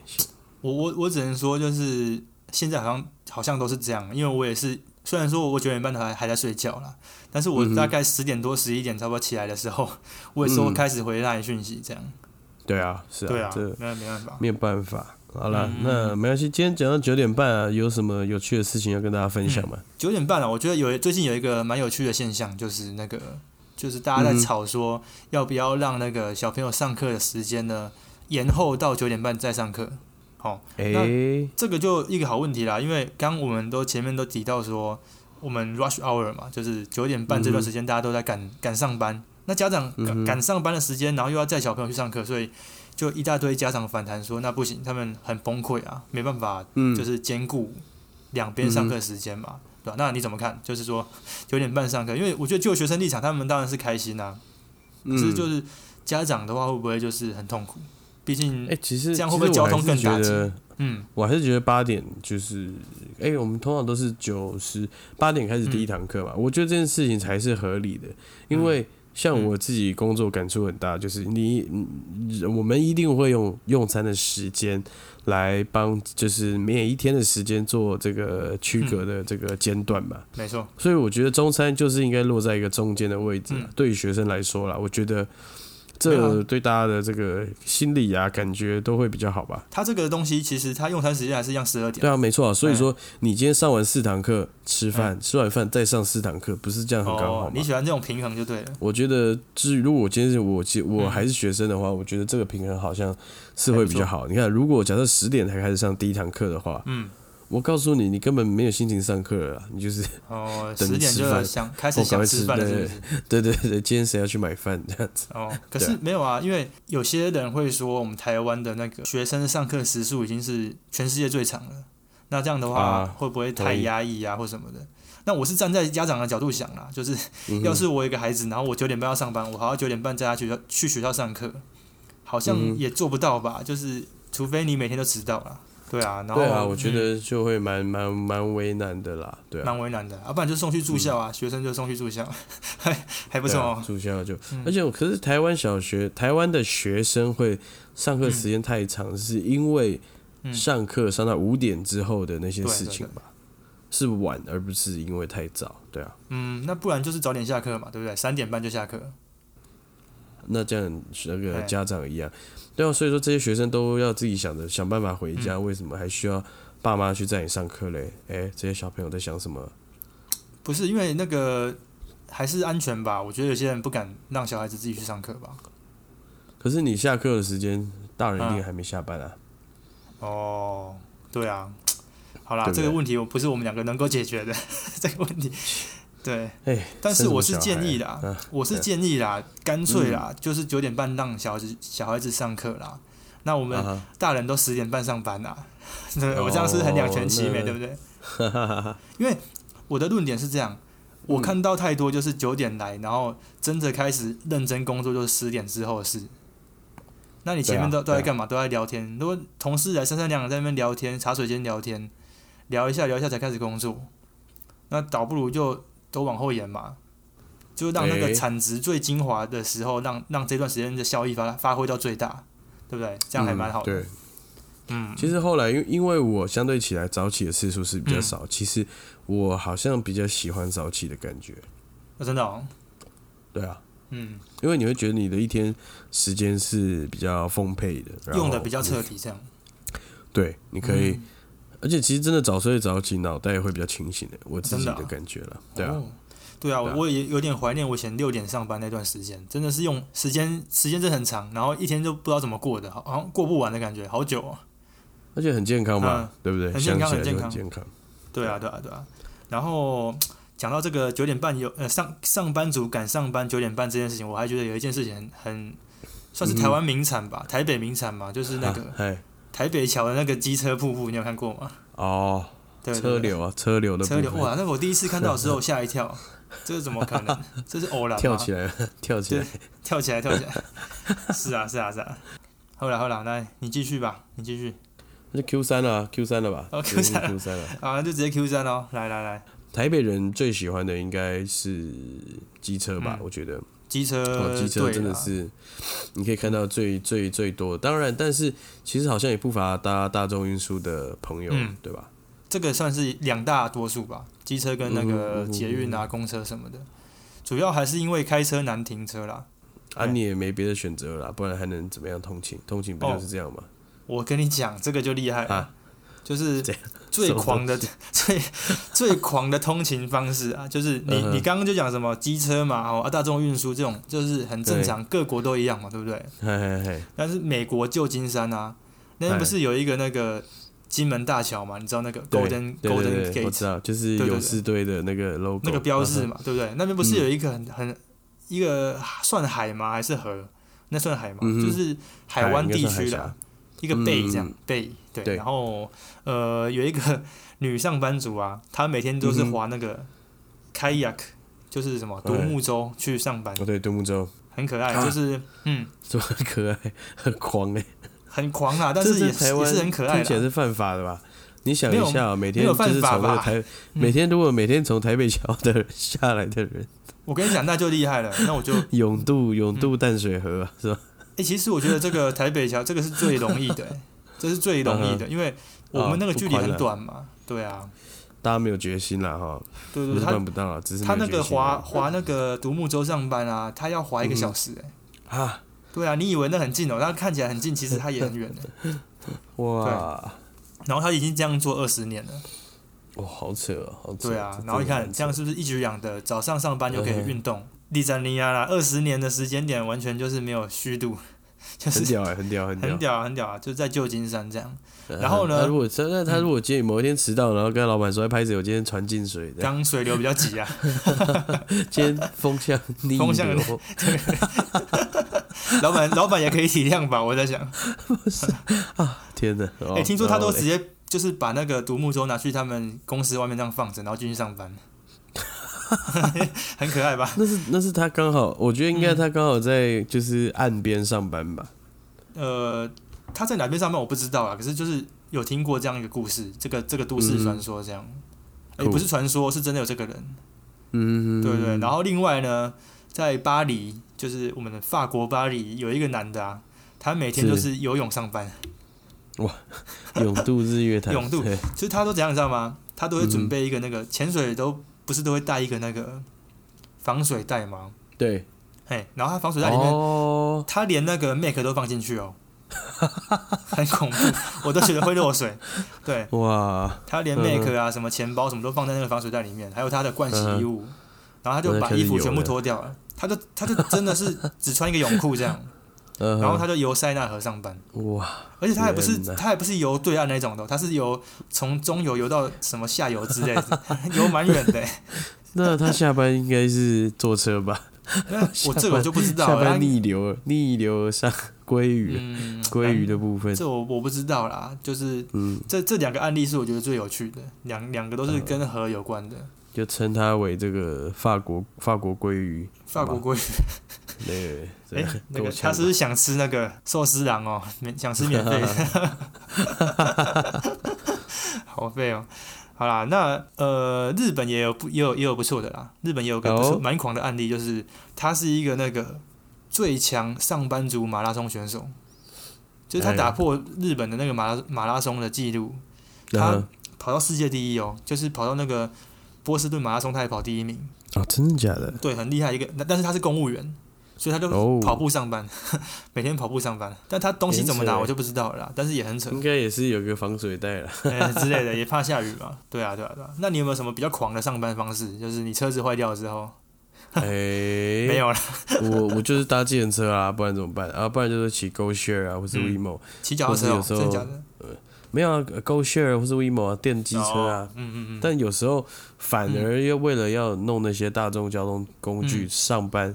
Speaker 2: 我我我只能说，就是现在好像好像都是这样，因为我也是虽然说我九点半还还在睡觉啦，但是我大概十点多、十一点差不多起来的时候，我也是会开始回那里讯息，这样。
Speaker 1: 对啊，是
Speaker 2: 嗯对啊，
Speaker 1: 这
Speaker 2: 嗯那没办法。
Speaker 1: 没有办法。好了，那没关系。今天讲到九点半啊，有什么有趣的事情要跟大家分享吗？
Speaker 2: 九点半啊了，我觉得有最近有一个蛮有趣的现象，就是那个就是大家在吵说要不要让那个小朋友上课的时间呢延后到九点半再上课。好、
Speaker 1: 哎、
Speaker 2: 这个就一个好问题啦，因为刚我们都前面都提到说，我们 rush hour 嘛，就是九点半这段时间大家都在赶赶、上班，那家长赶赶、上班的时间，然后又要载小朋友去上课，所以就一大堆家长反弹说，那不行，他们很崩溃啊，没办法，
Speaker 1: 嗯
Speaker 2: 就是兼顾两边上课时间嘛，对吧、那你怎么看？就是说九点半上课，因为我觉得就学生立场，他们当然是开心啊，可是就
Speaker 1: 嗯
Speaker 2: 是家长的话，会不会就是很痛苦？毕竟
Speaker 1: 哎、，其实
Speaker 2: 这样会不会交通更
Speaker 1: 其实我
Speaker 2: 打
Speaker 1: 还
Speaker 2: 击
Speaker 1: 是觉得
Speaker 2: 嗯
Speaker 1: 我还是觉得八点就是，哎、我们通常都是九十八点开始第一堂课嘛，
Speaker 2: 嗯
Speaker 1: 我觉得这件事情才是合理的，因为
Speaker 2: 嗯
Speaker 1: 像我自己工作感触很大，就是你嗯我们一定会用用餐的时间来帮，就是每一天的时间做这个区隔的这个间断嘛，
Speaker 2: 没错，
Speaker 1: 所以我觉得中餐就是应该落在一个中间的位置啊、
Speaker 2: 嗯啊
Speaker 1: 对于学生来说啦，我觉得
Speaker 2: 对
Speaker 1: 这对大家的这个心理啊感觉都会比较好吧。
Speaker 2: 它这个东西其实它用餐时间还是一样十二点。
Speaker 1: 对啊，没错啊。所以说，你今天上完四堂课，吃饭，吃完饭再上四堂课，不是这样很刚好
Speaker 2: 嗯哦，
Speaker 1: 吗
Speaker 2: 你？喜欢这种平衡就对了。
Speaker 1: 我觉得，至于如果我今天是我其我还是学生的话，我觉得这个平衡好像是会比较好。你看，如果假设十点才开始上第一堂课的话，
Speaker 2: 嗯，
Speaker 1: 我告诉你，你根本没有心情上课了啦。你就是
Speaker 2: 哦，
Speaker 1: 等
Speaker 2: 十点
Speaker 1: 吃
Speaker 2: 就
Speaker 1: 饭哦
Speaker 2: 想开始
Speaker 1: 我赶
Speaker 2: 想
Speaker 1: 快
Speaker 2: 吃
Speaker 1: 吃
Speaker 2: 饭了，是不
Speaker 1: 对
Speaker 2: 是？
Speaker 1: 对对对，今天谁要去买饭这样子？
Speaker 2: 哦，可
Speaker 1: 对
Speaker 2: 是没有啊，因为有些人会说我们台湾的那个学生上课时数已经是全世界最长了，那这样的话、
Speaker 1: 啊
Speaker 2: 会不会太
Speaker 1: 同意
Speaker 2: 压抑啊或什么的？那我是站在家长的角度想啦，就是
Speaker 1: 嗯
Speaker 2: 要是我有一个孩子，然后我九点半要上班，我还要九点半带他去学校去学校上课，好
Speaker 1: 嗯
Speaker 2: 像也做不到吧？就是除非你每天都迟到啦。对啊，然后
Speaker 1: 对啊，我觉
Speaker 2: 嗯
Speaker 1: 得就会蛮蛮蛮为难的啦。对啊，
Speaker 2: 蛮为难的，要、不然就送去住校啊，学生就送去住校， 还还不
Speaker 1: 嗯对
Speaker 2: 错
Speaker 1: 啊
Speaker 2: 哦。
Speaker 1: 住校就，而且我可是台湾小学，台湾的学生会上课时间太长，是因为
Speaker 2: 嗯
Speaker 1: 上课上到五点之后的那些
Speaker 2: 对
Speaker 1: 事
Speaker 2: 对
Speaker 1: 情
Speaker 2: 对
Speaker 1: 吧，是晚而不是因为太早，对啊，
Speaker 2: 嗯，那不然就是早点下课嘛，对不对？三点半就下课。
Speaker 1: 那这样那个
Speaker 2: 哎
Speaker 1: 家长一样，对啊，所以说这些学生都要自己想着想办法回家，
Speaker 2: 嗯
Speaker 1: 为什么还需要爸妈去载你上课嘞？哎、这些小朋友在想什么？
Speaker 2: 不是因为那个还是安全吧？我觉得有些人不敢让小孩子自己去上课吧。
Speaker 1: 可是你下课的时间，大人一定
Speaker 2: 嗯
Speaker 1: 还没下班啊。
Speaker 2: 哦，对啊，好啦，
Speaker 1: 对不
Speaker 2: 这
Speaker 1: 对
Speaker 2: 个问题我不是我们两个能够解决的， 这个问题，对。
Speaker 1: 哎，
Speaker 2: 但
Speaker 1: 生什
Speaker 2: 是
Speaker 1: 么
Speaker 2: 我是
Speaker 1: 小孩
Speaker 2: 建议
Speaker 1: 啊
Speaker 2: 啦，
Speaker 1: 嗯
Speaker 2: 我是建议啦，干脆啦，就是九点半让小孩子小孩子上课啦。那我
Speaker 1: 啊
Speaker 2: 们
Speaker 1: 哈
Speaker 2: 大人都十点半上班啦， 对我这样是
Speaker 1: 哦
Speaker 2: 很两全其美，
Speaker 1: 那
Speaker 2: 对不 对？因为我的论点是这样，我
Speaker 1: 嗯
Speaker 2: 看到太多就是九点来，然后真的开始认真工作就是十点之后的事。那你前面
Speaker 1: 对
Speaker 2: 都、
Speaker 1: 啊
Speaker 2: 都在
Speaker 1: 对啊
Speaker 2: 干嘛？都在聊天。如果同事来三三两两在那边聊天，茶水间聊天，聊一下聊一下才开始工作，那倒不如就都往后延嘛，就让那个
Speaker 1: 诶
Speaker 2: 产值最精华的时候，让让这段时间的效益发发挥到最大，对不对？这样还蛮好
Speaker 1: 嗯
Speaker 2: 的。
Speaker 1: 对，
Speaker 2: 嗯，
Speaker 1: 其实后来，因为因为我相对起来早起的次数是比较
Speaker 2: 嗯
Speaker 1: 少，其实我好像比较喜欢早起的感觉。
Speaker 2: 哦真的、哦，
Speaker 1: 对啊，
Speaker 2: 嗯，
Speaker 1: 因为你会觉得你的一天时间是比较丰沛的，然后
Speaker 2: 用的比较彻底，这样
Speaker 1: 对，你可以，
Speaker 2: 嗯
Speaker 1: 而且其实真的早睡早起，脑袋会比较清醒的，我自己
Speaker 2: 真的
Speaker 1: 的
Speaker 2: 啊
Speaker 1: 感觉了。对啊，
Speaker 2: 哦对啊，
Speaker 1: 对啊
Speaker 2: 我也有点怀念我以前六点上班那段时间，真的是用时间时间真的很长，然后一天就不知道怎么过的，好好像过不完的感觉，好久哦。
Speaker 1: 而且很健康嘛，对不对？
Speaker 2: 嗯很健
Speaker 1: 想
Speaker 2: 康
Speaker 1: 起来就
Speaker 2: 很
Speaker 1: 很
Speaker 2: 健
Speaker 1: 健康。
Speaker 2: 对啊，对啊，对啊。然后讲到这个九点半有呃上上班族赶上班九点半这件事情，我还觉得有一件事情很很算是台湾名产
Speaker 1: 嗯
Speaker 2: 吧，台北名产嘛，就是那个
Speaker 1: 啊哎，
Speaker 2: 台北桥的那个机车瀑布，你有看过吗？
Speaker 1: 哦，
Speaker 2: 对，对
Speaker 1: 车
Speaker 2: 对
Speaker 1: 流啊，车流的部
Speaker 2: 车流，
Speaker 1: 分，
Speaker 2: 哇，那个我第一次看到的 时候吓一跳，这是怎么可能？这是偶然吗
Speaker 1: 跳起来， 跳起来。
Speaker 2: 跳起来，跳起来。 是啊，是啊，是啊。后来，后来，来你继续吧，你继续
Speaker 1: 那就 Q 三了，Q 啊三了吧
Speaker 2: 哦，Q3
Speaker 1: ，Q 三了。
Speaker 2: 啊，就直接 Q 三哦。来来来，
Speaker 1: 台北人最喜欢的应该是机车吧，
Speaker 2: 嗯
Speaker 1: 我觉得。
Speaker 2: 机车
Speaker 1: 哦，机车
Speaker 2: 队啊
Speaker 1: 真的
Speaker 2: 啦嗯
Speaker 1: 是，你可以看到最最最多。当然，但是其实好像也不乏搭大众运输的朋友，
Speaker 2: 嗯
Speaker 1: 对吧？
Speaker 2: 这个算是两大多数吧，机车跟那
Speaker 1: 嗯
Speaker 2: 个
Speaker 1: 哼
Speaker 2: 捷运啊、公车什么的，主要还是因为开车难停车啦。
Speaker 1: 啊，你也没别的选择了啦，不然还能怎么样通勤？通勤不
Speaker 2: 哦
Speaker 1: 就是这样吗？
Speaker 2: 我跟你讲，这个就厉害了，
Speaker 1: 啊
Speaker 2: 就是
Speaker 1: 这
Speaker 2: 最狂的最最狂的通勤方式啊，就是你、
Speaker 1: 嗯哼
Speaker 2: 你刚刚就讲什么机车嘛，哦，啊大众运输这种就是很正常，各国都一样嘛，对不对？
Speaker 1: 嘿嘿嘿，
Speaker 2: 但是美国旧金山啊，那边
Speaker 1: 哎
Speaker 2: 不是有一个那个金门大桥嘛？你知道那个
Speaker 1: 对
Speaker 2: Golden
Speaker 1: 对对
Speaker 2: Golden
Speaker 1: 对，我
Speaker 2: Gate
Speaker 1: 知道，就是
Speaker 2: 对对对
Speaker 1: 勇士队的那个 logo，
Speaker 2: 那个标志
Speaker 1: 嗯
Speaker 2: 嘛，对不对？那边不是有一个很很一个算海吗？还是河？那算海吗？
Speaker 1: 嗯哼
Speaker 2: 就是海湾地
Speaker 1: 海应该算海
Speaker 2: 区的
Speaker 1: 峡
Speaker 2: 一个贝这样
Speaker 1: 嗯
Speaker 2: 贝对。
Speaker 1: 对
Speaker 2: 然后呃，有一个女上班族啊，她每天都
Speaker 1: 嗯
Speaker 2: 是
Speaker 1: 哼哎哼
Speaker 2: 划那个 kayak，就是什么独木舟去上班
Speaker 1: 哼，哦对，独木舟，
Speaker 2: 很可爱，
Speaker 1: 啊
Speaker 2: 就是嗯
Speaker 1: 这么可爱，很狂哎，
Speaker 2: 很狂啊，但
Speaker 1: 这
Speaker 2: 是
Speaker 1: 在
Speaker 2: 也是
Speaker 1: 台
Speaker 2: 也
Speaker 1: 湾
Speaker 2: 是很可爱
Speaker 1: 听起来
Speaker 2: 的。啊
Speaker 1: 是犯法的吧？你想一下、啊，每天
Speaker 2: 没有
Speaker 1: 就
Speaker 2: 犯
Speaker 1: 是
Speaker 2: 法
Speaker 1: 从那个
Speaker 2: 吧嗯
Speaker 1: 台，每天如果每天从台北桥的人 下来的人，
Speaker 2: 我跟你讲，那就厉害了，那我就
Speaker 1: 永渡永
Speaker 2: 嗯
Speaker 1: 渡淡水河、啊、是吧？
Speaker 2: 哎、其实我觉得 这个台北桥这个是最容易的、哎这是最容
Speaker 1: 嗯
Speaker 2: 易的，因为我们那
Speaker 1: 啊
Speaker 2: 个距离很短嘛。对啊，
Speaker 1: 大家没有决心了哈，
Speaker 2: 对
Speaker 1: 不
Speaker 2: 对
Speaker 1: 是办
Speaker 2: 他
Speaker 1: 不到了，只是
Speaker 2: 他
Speaker 1: 没
Speaker 2: 那
Speaker 1: 有
Speaker 2: 个
Speaker 1: 决心啊而
Speaker 2: 划
Speaker 1: 已
Speaker 2: 划那个独木舟上班啊，他要划一个小时、哎、
Speaker 1: 嗯啊，
Speaker 2: 对啊，你以为那很近哦、但看起来很近，其实他也很远、哎
Speaker 1: 哇，
Speaker 2: 然后他已经这样做二十年了，
Speaker 1: 哇，好扯哦，好扯，
Speaker 2: 对啊
Speaker 1: 这，
Speaker 2: 然后你
Speaker 1: 真
Speaker 2: 看
Speaker 1: 的
Speaker 2: 这样是不是一举两得？早上上班就可以
Speaker 1: 嗯哼
Speaker 2: 运动，利展尼亚啦，二十年的时间点完全就是没有虚度， 就
Speaker 1: 很
Speaker 2: 是
Speaker 1: 屌哎，很屌，很
Speaker 2: 很
Speaker 1: 屌。
Speaker 2: 屌啊，很屌啊，就在旧金山这样。
Speaker 1: 嗯
Speaker 2: 然后呢
Speaker 1: 他如果他那他如果今天某一天迟到，然后跟老板说，哎拍子，我今天船进水 的，
Speaker 2: 刚水流比较急啊，
Speaker 1: 今天风向逆
Speaker 2: 风向
Speaker 1: 流，
Speaker 2: 老板老板也可以体谅吧，我在想。
Speaker 1: 天哪！
Speaker 2: 哎、
Speaker 1: 哎
Speaker 2: 听说他都直接就是把那个独木舟拿去他们公司外面这样放着，然后进去上班， 很可爱吧？
Speaker 1: 那是那是他刚好，我觉得应该他刚好在就是岸边上班吧。
Speaker 2: 呃，他在哪边上班我不知道啊，可是就是有听过这样一个故事，这个这个都市传说这样，哎、
Speaker 1: Cool
Speaker 2: 不是传说，是真的有这个人，
Speaker 1: 嗯，
Speaker 2: 对对对。然后另外呢，在巴黎，就是我们的法国巴黎，有一个男的啊，他每天
Speaker 1: 是
Speaker 2: 都是游泳上班，
Speaker 1: 永渡日月潭，
Speaker 2: 永渡
Speaker 1: 对
Speaker 2: 就是他都怎样，你知道吗？他都会
Speaker 1: 嗯
Speaker 2: 准备一个那个潜水都不是都会带一个那个防水袋吗？
Speaker 1: 对，
Speaker 2: 嘿，然后他防水袋里面，
Speaker 1: 哦，
Speaker 2: 他连那个 make 都放进去 哦，很恐怖，我都觉得会漏 水。对
Speaker 1: 哇，
Speaker 2: 他连
Speaker 1: 嗯
Speaker 2: make 啊、什么钱包什么都放在那个防水袋里面，还有他的盥洗衣物，然后
Speaker 1: 嗯
Speaker 2: 他
Speaker 1: 我
Speaker 2: 就
Speaker 1: 在
Speaker 2: 把
Speaker 1: 开始
Speaker 2: 衣服
Speaker 1: 游
Speaker 2: 全部
Speaker 1: 了
Speaker 2: 脱掉了，他就他就真的是只穿一个泳裤这样，
Speaker 1: 然
Speaker 2: 然后他就游塞纳河上班，
Speaker 1: 嗯哇，
Speaker 2: 而且他还不是
Speaker 1: 天哪
Speaker 2: 他还不是游对岸那种的哦，他是游从中游游到什么下游之类的， 游蛮远的欸。
Speaker 1: 那他下班应该是坐车吧？
Speaker 2: 那我这个我就不知道
Speaker 1: 下
Speaker 2: 了，啊
Speaker 1: 班
Speaker 2: 他
Speaker 1: 逆流而逆流而上，鲑鱼，
Speaker 2: 嗯，
Speaker 1: 鲑鱼的部分，
Speaker 2: 这我我不知道啦，就是
Speaker 1: 嗯，
Speaker 2: 这这两个案例是我觉得最有趣的，两两个都是跟河有关的。
Speaker 1: 就称它为这个法国法国鲑鱼，
Speaker 2: 法国鲑鱼，
Speaker 1: 对，
Speaker 2: 哎、 那个
Speaker 1: 够呛
Speaker 2: 他
Speaker 1: 吧
Speaker 2: 是不是想吃那个 寿司郎哦？免想吃免费 的，好费哦。好啦，那呃，日本也有不也有也有不错的啦，日本也有个不错
Speaker 1: 哦
Speaker 2: 蛮狂的案例，就是他是一个那个最强上班族马拉松选手，就是他
Speaker 1: 哎
Speaker 2: 打破日本的那个马拉马拉松的记录，他
Speaker 1: 嗯
Speaker 2: 跑到世界第一哦，就是跑到那个波士顿马拉松，他也跑第一名，
Speaker 1: 哦，真的假的？
Speaker 2: 对，很厉害一个。但但是他是公务员，所以他就
Speaker 1: 哦，
Speaker 2: 跑步上班， 每天跑步上班。但他东西怎么拿
Speaker 1: 很扯欸
Speaker 2: 我就不知道了啦，但是也很扯、
Speaker 1: 应该也是有个防水袋了。
Speaker 2: 呃之类的，也怕下雨嘛。对啊，对啊，对啊。那你有没有什么比较狂的上班方式？就是你车子坏掉之后，
Speaker 1: 哎，
Speaker 2: 没有了，
Speaker 1: 我我就是搭计程车啊，不然怎么办啊？不然就是骑 Go Share 啊，或是
Speaker 2: 嗯
Speaker 1: WeMo，、
Speaker 2: 骑脚踏车、
Speaker 1: 或
Speaker 2: 哦，
Speaker 1: 是有时
Speaker 2: 真的
Speaker 1: 候
Speaker 2: 假的？
Speaker 1: 没有啊，Go Share 或是 WeMo 啊，电机车啊。
Speaker 2: 哦，嗯嗯嗯。
Speaker 1: 但有时候反而又为了要弄那些大众交通工具、
Speaker 2: 嗯
Speaker 1: 上班，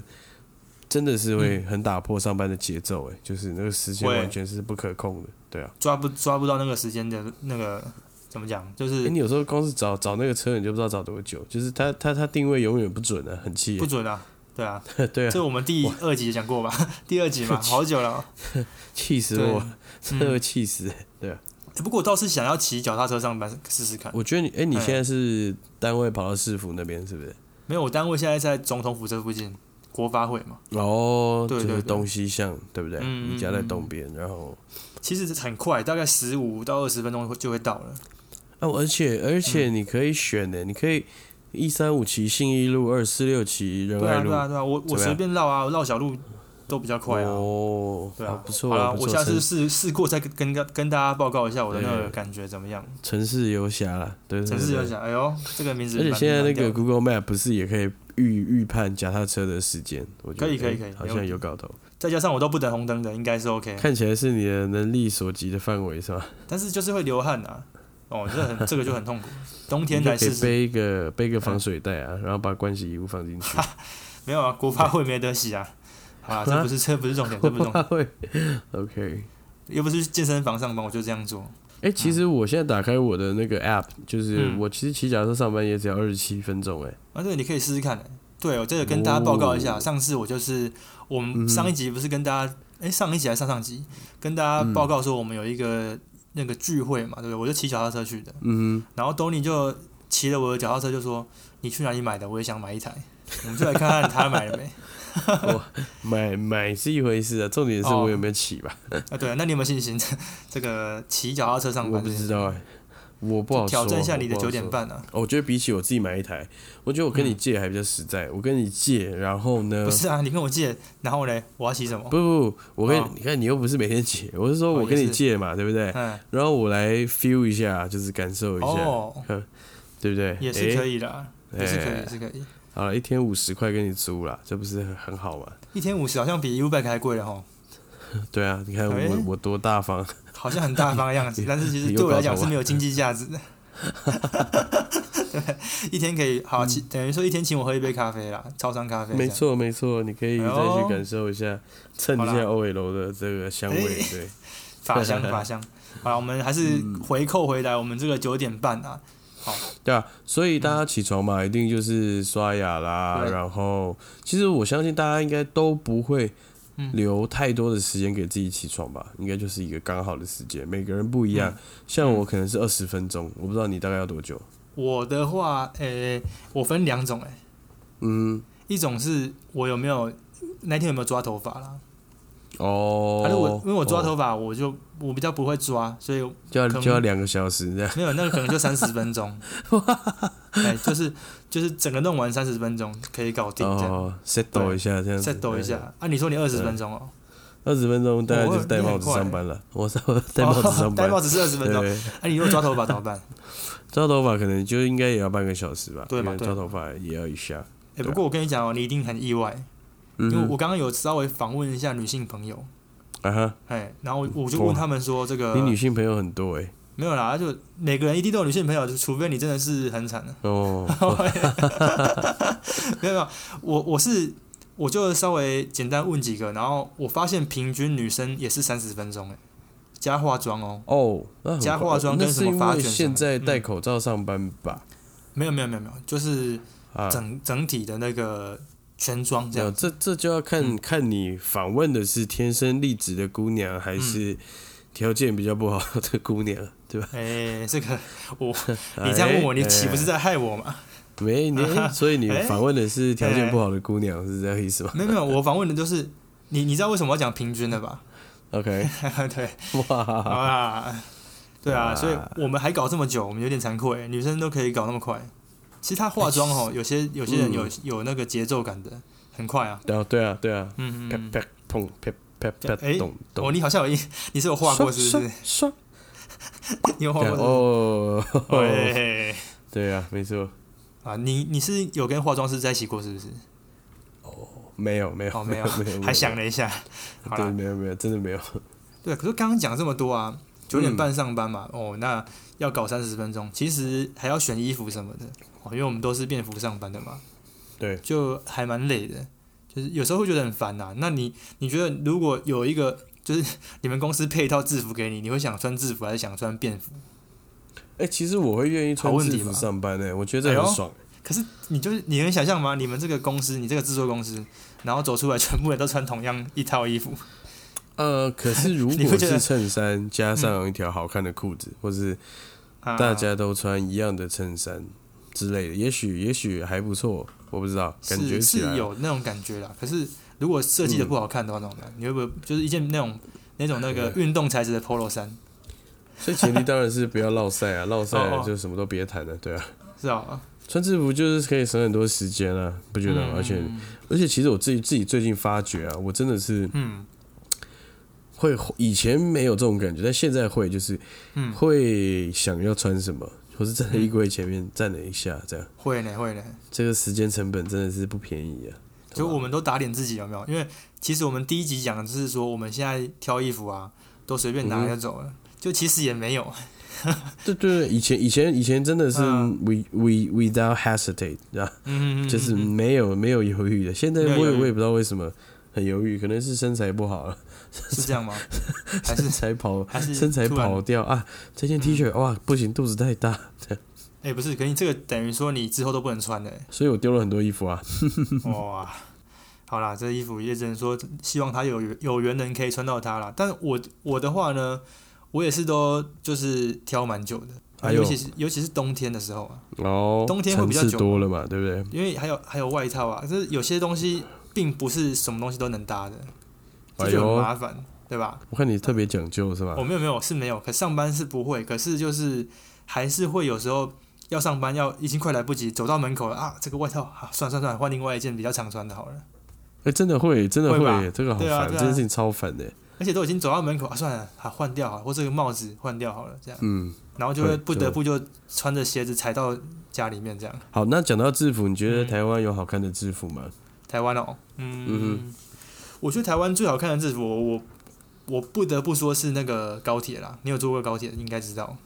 Speaker 1: 真的是会很打破上班的节奏、哎、就是那个时间
Speaker 2: 会
Speaker 1: 完全是不可控的，对啊。
Speaker 2: 抓不抓不到那个时间的那个怎么讲？就
Speaker 1: 哎、
Speaker 2: 是
Speaker 1: 你有时候光是找找那个车，你就不知道找多久，就是它它它定位永远不准啊，很气
Speaker 2: 不、准啊。对啊，
Speaker 1: 哎 对啊，
Speaker 2: 这我们第二集讲过吧？ 第二集嘛，好久了哦。
Speaker 1: 气死
Speaker 2: 对嗯
Speaker 1: 我， 真的会气死、 哎对啊。
Speaker 2: 欸不过我倒是想要骑脚踏车上班试试看。
Speaker 1: 我觉得你，哎、你
Speaker 2: 哎
Speaker 1: 现在是单位跑到市府那边是不是？
Speaker 2: 没有，我单位现在在总统府这附近，国发会嘛。
Speaker 1: 哦，
Speaker 2: 对
Speaker 1: 就
Speaker 2: 对
Speaker 1: 是
Speaker 2: 对
Speaker 1: 东西向，对不对？
Speaker 2: 嗯
Speaker 1: 你家在东边，然后，
Speaker 2: 其实很快，大概十五到二十分钟会就会到了。
Speaker 1: 啊，而且而
Speaker 2: 嗯
Speaker 1: 且你可以选的、你可以一三五期信义路，二四六期仁
Speaker 2: 对
Speaker 1: 爱
Speaker 2: 啊，
Speaker 1: 路
Speaker 2: 对，啊，对啊，我
Speaker 1: 怎
Speaker 2: 我
Speaker 1: 么样
Speaker 2: 随便绕啊，我绕小路都比较快啊。
Speaker 1: 哦，
Speaker 2: 对啊
Speaker 1: 好，不错，
Speaker 2: 好啦，
Speaker 1: 不
Speaker 2: 我
Speaker 1: 错
Speaker 2: 下次
Speaker 1: 城
Speaker 2: 试试过再跟跟跟大家报告一下我的那个
Speaker 1: 对
Speaker 2: 感觉怎么样。
Speaker 1: 城市游侠啦，对，对
Speaker 2: 城市有。
Speaker 1: 对
Speaker 2: 想，哎呦，这个名字
Speaker 1: 而且
Speaker 2: 蛮
Speaker 1: 现在那
Speaker 2: 蛮屌
Speaker 1: 个
Speaker 2: 的
Speaker 1: Google Map 不是也可以预预判脚踏车的时间？我觉得
Speaker 2: 可以可以
Speaker 1: 哎
Speaker 2: 可以
Speaker 1: 好
Speaker 2: 没
Speaker 1: 像
Speaker 2: 问题哎
Speaker 1: 有搞头。
Speaker 2: 再加上我都不等红灯的，应该是 OK。
Speaker 1: 看起来是你的能力所及的范围是吧？
Speaker 2: 但是就是会流汗啊，哦，这 很这个就很痛苦。冬天
Speaker 1: 你就
Speaker 2: 来
Speaker 1: 可
Speaker 2: 试
Speaker 1: 以
Speaker 2: 试，
Speaker 1: 背一个背一个
Speaker 2: 哎
Speaker 1: 防水袋啊，然后把盥洗衣物放进去。
Speaker 2: 没有啊，国发会没得洗啊。啊，这不是这不是重点，这不是重点，
Speaker 1: 会 OK。
Speaker 2: 又不是健身房上班，我就这样做。
Speaker 1: 哎、其实我现在打开我的那个 App，就是
Speaker 2: 嗯
Speaker 1: 我其实骑脚踏车上班也只要二十七分钟、哎、
Speaker 2: 啊，对，你可以试试看、对，我这个跟大家报告一下，
Speaker 1: 哦
Speaker 2: 上次我就是我
Speaker 1: 嗯哼
Speaker 2: 们上一集不是跟大家，哎、上一集还是上上集，跟大家报告说我们有一个、那个聚会嘛，对不对？我就骑脚踏车去的，
Speaker 1: 嗯
Speaker 2: 然后 Tony 就骑了我的脚踏车，就说你去哪里买的？我也想买一台， 我们就来看看他买了没。
Speaker 1: 哼，买买是一回事啊，重点是
Speaker 2: 哦
Speaker 1: 我有没有骑吧、
Speaker 2: 啊，对，那你有没有信心？ 这个骑脚踏车上
Speaker 1: 我
Speaker 2: 班
Speaker 1: 不
Speaker 2: 这件
Speaker 1: 知
Speaker 2: 事，
Speaker 1: 道哎、我不好说。
Speaker 2: 挑战一下你的
Speaker 1: 我不
Speaker 2: 九
Speaker 1: 好说
Speaker 2: 点、半啊！嗯
Speaker 1: 哦我觉得比起我自己买一台，我觉得我跟你借还比较实在。我跟你借，然后呢？
Speaker 2: 不是啊，你跟我借，然后嘞，我要骑什么？
Speaker 1: 嗯不不，我跟你、
Speaker 2: 哦
Speaker 1: 你看，你又不是每天借，我是说
Speaker 2: 哦
Speaker 1: 我跟
Speaker 2: 也
Speaker 1: 你
Speaker 2: 是
Speaker 1: 借嘛，对不对？
Speaker 2: 嗯，
Speaker 1: 然后我来 feel 一下，就是感受一下，
Speaker 2: 哦，
Speaker 1: 对不对？
Speaker 2: 也是可
Speaker 1: 以，
Speaker 2: 以啦，也是可以，
Speaker 1: 哎
Speaker 2: 也是可以。
Speaker 1: 好了，一天五十块跟你租啦，这不是很很好吗？
Speaker 2: 一天五十好像比 U bike 还贵了哈，
Speaker 1: 对啊，你看我、
Speaker 2: 哎
Speaker 1: 我多大方，
Speaker 2: 好像很大方的样 子，但是其实
Speaker 1: 有
Speaker 2: 对我来
Speaker 1: 搞
Speaker 2: 讲
Speaker 1: 头
Speaker 2: 是
Speaker 1: 啊
Speaker 2: 没有经济价值 的。对，一天可以好请，等于说一天请我喝一杯咖啡啦，超商咖啡。
Speaker 1: 嗯 没，错没错，你可以
Speaker 2: 哎
Speaker 1: 再
Speaker 2: 呦
Speaker 1: 去感受一下，蹭一
Speaker 2: 好
Speaker 1: 下
Speaker 2: 啦
Speaker 1: OL 的这个香味，
Speaker 2: 哎
Speaker 1: 对，
Speaker 2: 法香 法香。好啦，我们还是
Speaker 1: 嗯
Speaker 2: 回扣回来，我们这个九点半啊，
Speaker 1: 对啊，所以大家起床嘛，一定就是刷牙啦，
Speaker 2: 嗯对
Speaker 1: 然后其实我相信大家应该都不会
Speaker 2: 嗯
Speaker 1: 留太多的时间给自己起床吧，应该就是一个刚好的时间，每个人不一
Speaker 2: 嗯
Speaker 1: 样，像我可能是二十分钟，我不知道你大概要多久，
Speaker 2: 我的话，诶、我分两种、诶，
Speaker 1: 嗯，
Speaker 2: 一种是我有没有那天有没有抓头发啦，
Speaker 1: 哦，
Speaker 2: 反正我因为我抓
Speaker 1: 哦
Speaker 2: 头发，我就我比较不会抓，所以
Speaker 1: 就要
Speaker 2: 可能
Speaker 1: 就要两个小时这样，
Speaker 2: 没有那个可能就三十 分钟，哎、就是就是整个弄完三十分钟可以搞定这样，
Speaker 1: 哦，settle
Speaker 2: 对
Speaker 1: 一下这样子
Speaker 2: 再抖一下。啊，你说你二十分钟哦，
Speaker 1: 二十分钟大概
Speaker 2: 我
Speaker 1: 就是戴
Speaker 2: 哦你很
Speaker 1: 帽子
Speaker 2: 快哦
Speaker 1: 上班了， 我是戴帽子上
Speaker 2: 戴
Speaker 1: 班，
Speaker 2: 帽子是二十分钟，
Speaker 1: 对。
Speaker 2: 哎、你如果抓头发怎么 办？
Speaker 1: 抓头发可能就应该也要半个小时吧，
Speaker 2: 对
Speaker 1: 因
Speaker 2: 嘛
Speaker 1: 为
Speaker 2: 对
Speaker 1: 抓头发也要一下，
Speaker 2: 哎、不过我跟你讲哦，你一定很意外，
Speaker 1: 嗯
Speaker 2: 因为我
Speaker 1: 哼，
Speaker 2: 刚刚有稍微访问一下女性朋友，
Speaker 1: 啊哈。
Speaker 2: 哎、然后我就问他们说这个
Speaker 1: 你女性朋友很多哎、
Speaker 2: 没有啦，就每个人一定都有女性朋友，除非你真的是很惨的。啊
Speaker 1: 哦，
Speaker 2: 没有没有，我我是我就稍微简单问几个，然后我发现平均女生也是三十分钟哎、加化妆哦，
Speaker 1: 哦，那很
Speaker 2: 加
Speaker 1: 快
Speaker 2: 化妆
Speaker 1: 那
Speaker 2: 跟
Speaker 1: 是
Speaker 2: 什么
Speaker 1: 因
Speaker 2: 发
Speaker 1: 为
Speaker 2: 卷
Speaker 1: 现
Speaker 2: 什么
Speaker 1: 在
Speaker 2: 嗯
Speaker 1: 戴口罩上班吧？
Speaker 2: 没有没有没有没有，就是
Speaker 1: 啊，
Speaker 2: 整、整体的那个全妆这
Speaker 1: 没有
Speaker 2: 样。
Speaker 1: 哦这这就要看、
Speaker 2: 嗯
Speaker 1: 看你访问的是天生丽质的姑娘，还是
Speaker 2: 嗯
Speaker 1: 条件比较不好的姑娘，对吧？
Speaker 2: 哎、这个 你这样问我，你岂不是
Speaker 1: 在、
Speaker 2: 在害我吗？
Speaker 1: 哎 没你、哎所以你
Speaker 2: 哎
Speaker 1: 访问的是条件不好的姑娘，是这个意思吗
Speaker 2: 没有没有，我访问的就是你，你知道为什么要讲平均的吧？
Speaker 1: ？OK，
Speaker 2: 对，好
Speaker 1: 哇，
Speaker 2: 啦，对啊，
Speaker 1: 哇
Speaker 2: 所以我们还搞这么久，我们有点惭愧，女生都可以搞那么快。其实她化妆哦，有些有些人有、有那个节奏感的，很快啊。
Speaker 1: 对啊，对啊，对啊，
Speaker 2: 嗯
Speaker 1: 啪
Speaker 2: 嗯，
Speaker 1: 啪砰啪啪啪
Speaker 2: 哎
Speaker 1: 咚咚
Speaker 2: 哦，。你好像有一， 你是有画过是不是？
Speaker 1: 是？
Speaker 2: 你有画过是不
Speaker 1: 哦，
Speaker 2: 是？哦嘿嘿嘿
Speaker 1: 对啊，没错。
Speaker 2: 啊，你你是有跟化妆师在一起过是不是？
Speaker 1: 没有没有，
Speaker 2: 哦，没有
Speaker 1: 没有，，
Speaker 2: 还想了一下。好
Speaker 1: 对，
Speaker 2: 啦，
Speaker 1: 没有没有，真的没有。
Speaker 2: 对，啊可是刚刚讲这么多啊，九点半上班嘛，哦，那要搞三十分钟，其实还要选衣服什么的，哦，因为我们都是便服上班的嘛。
Speaker 1: 对，
Speaker 2: 就还蛮累的，就是有时候会觉得很烦呐、那你你觉得如果有一个就是 你们公司配一套制服给你，你会想穿制服还是想穿便服？
Speaker 1: 哎，其实我会愿意穿
Speaker 2: 好问
Speaker 1: 制
Speaker 2: 题
Speaker 1: 服
Speaker 2: 吧
Speaker 1: 上班呢，我觉得这
Speaker 2: 哎
Speaker 1: 很
Speaker 2: 呦
Speaker 1: 爽。
Speaker 2: 可是你就是你能想象吗？你们这个公司，你这个制作公司，然后走出来全部人都穿同样一套衣服，
Speaker 1: 呃，可 是如
Speaker 2: 你
Speaker 1: 果
Speaker 2: 会觉
Speaker 1: 是
Speaker 2: 得嗯
Speaker 1: 衬衫加上一条好看的裤子，或是
Speaker 2: 啊、
Speaker 1: 大家都穿一样的衬衫之类的，也许也许还不错，我不知道，感觉
Speaker 2: 是
Speaker 1: 起来啊
Speaker 2: 是。有那种感觉啦。可是如果设计的不好看的话，怎么办？你会不会就是一件那种那种那个运动材质的 polo 衫？
Speaker 1: 所以前提当然是不要落赛啊，落赛
Speaker 2: 哦
Speaker 1: 了
Speaker 2: 哦
Speaker 1: 就什么都别谈了，对啊。
Speaker 2: 是啊，
Speaker 1: 穿制服就是可以省很多时间啊，不觉得
Speaker 2: 嗯
Speaker 1: 吗？而且而且，其实我自己自己最近发觉啊，我真的是
Speaker 2: 嗯
Speaker 1: 会以前没有这种感觉，但现在会，就是
Speaker 2: 嗯，
Speaker 1: 会想要穿什么，或是站在衣柜前面站了一下，这样
Speaker 2: 会呢会呢，
Speaker 1: 这个时间成本真的是不便宜啊。
Speaker 2: 就
Speaker 1: 懂吗
Speaker 2: 我们都打脸自己有没有？因为其实我们第一集讲的就是说，我们现在挑衣服啊，都随便拿
Speaker 1: 嗯哼
Speaker 2: 就走了，就其实也没有，
Speaker 1: 对对对，以前以前以前真的是
Speaker 2: 嗯
Speaker 1: we we without hesitate 啊，
Speaker 2: 嗯，
Speaker 1: 就是没有没有犹豫的。现在
Speaker 2: 没有
Speaker 1: 我也
Speaker 2: 犹豫
Speaker 1: 我也不知道为什么很犹豫，可能是身材不好啊了，
Speaker 2: 是这样吗？还
Speaker 1: 身
Speaker 2: 是
Speaker 1: 材跑
Speaker 2: 还是
Speaker 1: 身材
Speaker 2: 突然嗯
Speaker 1: 跑掉啊！这件 T 恤哇不行，肚子太大，
Speaker 2: 哎、不是，可是你这个等于说你之后都不能穿了、欸
Speaker 1: 所以我丢了很多衣服啊。
Speaker 2: 哇，好啦，这衣服也只能说，希望他有有缘人可以穿到它啦。但我我的话呢，我也是都就是挑蛮久的，
Speaker 1: 哎呦
Speaker 2: 尤其是尤其是冬天的时候啊，
Speaker 1: 哦，
Speaker 2: 冬天会比较
Speaker 1: 层次
Speaker 2: 久啊
Speaker 1: 多了嘛，对不对？
Speaker 2: 因为还有还有外套啊，就是有些东西并不是什么东西都能搭的，这
Speaker 1: 哎
Speaker 2: 就很
Speaker 1: 呦，啊
Speaker 2: 麻烦，对吧？
Speaker 1: 我看你特别讲究是吧
Speaker 2: 我、？没有没有是没有，可上班是不会，可是就是还是会有时候要上班要已经快来不及，走到门口了啊，这个外套啊，算算算，换另外一件比较常穿的好了，
Speaker 1: 哎，真的会，真的
Speaker 2: 会吧
Speaker 1: 会，这个好
Speaker 2: 对啊
Speaker 1: 烦，
Speaker 2: 对啊
Speaker 1: 这件事情超烦的。
Speaker 2: 而且都已经走到门口啊，算了，啊换掉啊，或这个帽子换掉好了，这样，
Speaker 1: 嗯，
Speaker 2: 然后就会
Speaker 1: 会
Speaker 2: 不得不就穿着鞋子踩到家里面这样。
Speaker 1: 好，那讲到制服，你觉得
Speaker 2: 嗯
Speaker 1: 台湾有好看的制服吗？
Speaker 2: 台湾哦，嗯，我觉得台湾最好看的制服，我我我不得不说是那个高铁啦，你有坐过高铁，你应该知道，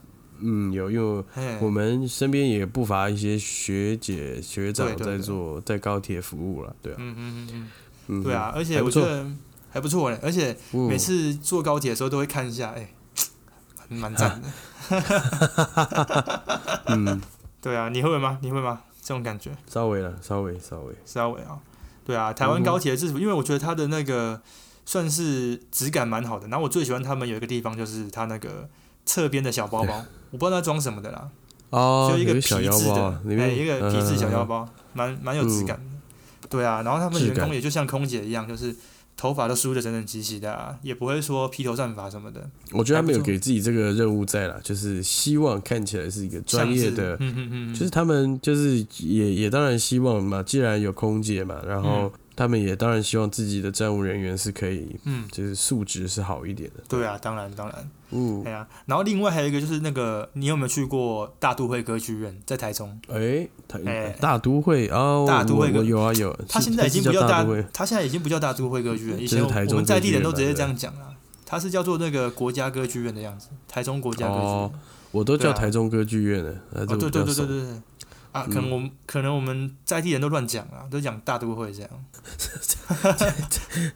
Speaker 1: 嗯，有，因为我
Speaker 2: 嘿
Speaker 1: 我们身边也不乏一些学姐学长
Speaker 2: 对对
Speaker 1: 在
Speaker 2: 对
Speaker 1: 做在高铁服务了，对啊，
Speaker 2: 嗯嗯嗯
Speaker 1: 嗯
Speaker 2: 嗯，对，啊，而且
Speaker 1: 还
Speaker 2: 我
Speaker 1: 不
Speaker 2: 觉
Speaker 1: 错
Speaker 2: 得还不错嘞，欸而且。
Speaker 1: 嗯
Speaker 2: 每次坐高铁的时候都会看一下，哎、蛮蛮赞的。
Speaker 1: 嗯，
Speaker 2: 对啊，你会吗？你会吗？这种感觉
Speaker 1: 稍微了，稍微稍微，
Speaker 2: 稍微啊，对啊，
Speaker 1: 嗯
Speaker 2: 台湾高铁的制服，因为我觉得它的那个算是质感蛮好的。然后我最喜欢他们有一个地方，就是它那个侧边的小包
Speaker 1: 哎
Speaker 2: 包， 我不知道它装什么的啦，
Speaker 1: 哦
Speaker 2: 就，一
Speaker 1: 有
Speaker 2: 个
Speaker 1: 个
Speaker 2: 皮
Speaker 1: 小
Speaker 2: 质
Speaker 1: 腰包
Speaker 2: 的
Speaker 1: 啊，，嗯里
Speaker 2: 哎、
Speaker 1: 面
Speaker 2: 一个皮质小腰
Speaker 1: 包，
Speaker 2: 包，蛮蛮有质感的。对啊，然后他们
Speaker 1: 嗯质
Speaker 2: 员工
Speaker 1: 感
Speaker 2: 也就像空姐一样，就是头发都梳的整整齐齐的、啊，也不会说披头散发什么的。
Speaker 1: 我觉得他们有
Speaker 2: 还不错
Speaker 1: 给自己这个任务在啦，就是希望看起来是一个专
Speaker 2: 像
Speaker 1: 业
Speaker 2: 是
Speaker 1: 的，
Speaker 2: 嗯嗯嗯，
Speaker 1: 就是他们就是也也当然希望嘛，既然有空姐嘛，然后他们也当然希望自己的站务人员是可以，
Speaker 2: 嗯，
Speaker 1: 就是素质是好一点的。
Speaker 2: 对啊，当然当然，
Speaker 1: 嗯
Speaker 2: 哎，呀、然后另外还有一个就是那个，你有没有去过大都会歌剧院，在台中？
Speaker 1: 哎，台
Speaker 2: 哎
Speaker 1: 大都会哦，
Speaker 2: 大都会
Speaker 1: 我我有啊 有，
Speaker 2: 它
Speaker 1: 是
Speaker 2: 现在已经不
Speaker 1: 是
Speaker 2: 叫大
Speaker 1: 都会，，
Speaker 2: 它现在已经不叫大都会歌剧院，以
Speaker 1: 这
Speaker 2: 前
Speaker 1: 是
Speaker 2: 我
Speaker 1: 台中
Speaker 2: 我们在地人都
Speaker 1: 歌
Speaker 2: 直
Speaker 1: 剧院
Speaker 2: 接
Speaker 1: 了
Speaker 2: 这样讲啦，它是叫做那个国家歌剧院的样子，台中国家歌剧院。
Speaker 1: 哦我都
Speaker 2: 对
Speaker 1: 叫
Speaker 2: 啊
Speaker 1: 台中歌剧院了，啊，这
Speaker 2: 哦，
Speaker 1: 我比
Speaker 2: 对对
Speaker 1: 较嗯
Speaker 2: 对对
Speaker 1: 熟
Speaker 2: 对对，啊，可能我们、可能我们在地人都乱讲啊，都讲大都会这样。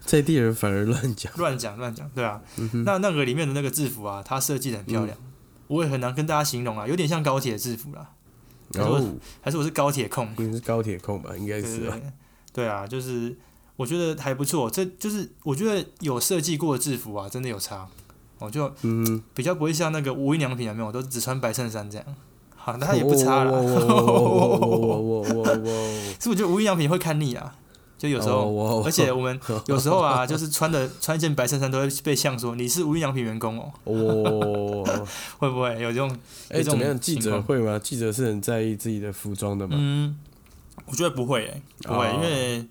Speaker 1: 在地人反而乱讲，
Speaker 2: 乱讲乱讲，对啊。
Speaker 1: 嗯
Speaker 2: 那那个里面的那个制服啊，它设计的很漂亮，我也很难跟大家形容啊，有点像高铁制服啦，
Speaker 1: 然
Speaker 2: 我
Speaker 1: 后
Speaker 2: 还是我是高铁控？
Speaker 1: 你是高铁控吧，应该
Speaker 2: 对
Speaker 1: 是
Speaker 2: 对
Speaker 1: 吧，
Speaker 2: 对，对啊，就是我觉得还不错，这就是我觉得有设计过的制服啊，真的有差。我就
Speaker 1: 嗯，
Speaker 2: 比较不会像那个无印良品有没有，都只穿白衬衫这样。好，那
Speaker 1: 他
Speaker 2: 它也不差啦。
Speaker 1: 我我我我我我，
Speaker 2: 是不是觉得无印良品会看腻啊？就有时
Speaker 1: 哦
Speaker 2: 候，
Speaker 1: 我我
Speaker 2: 而且我们有时候啊，就是穿的穿一件白衬衫都会被像说你是无印良品员工哦，
Speaker 1: 我。
Speaker 2: 会不会有这种？
Speaker 1: 哎、
Speaker 2: 有这种
Speaker 1: 怎么样？记
Speaker 2: 情
Speaker 1: 者
Speaker 2: 况
Speaker 1: 会吗？记者是很在意自己的服装的嘛？
Speaker 2: 嗯，我觉得不会、欸，不会，
Speaker 1: 哦
Speaker 2: 因为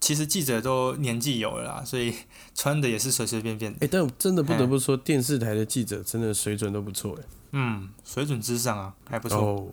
Speaker 2: 其实记者都年纪有了啦，所以穿的也是随随便便的
Speaker 1: 哎、。但我真的不得
Speaker 2: 嘿
Speaker 1: 不说，电视台的记者真的水准都不错哎、
Speaker 2: 嗯，水准之上啊，还不错。
Speaker 1: 哦，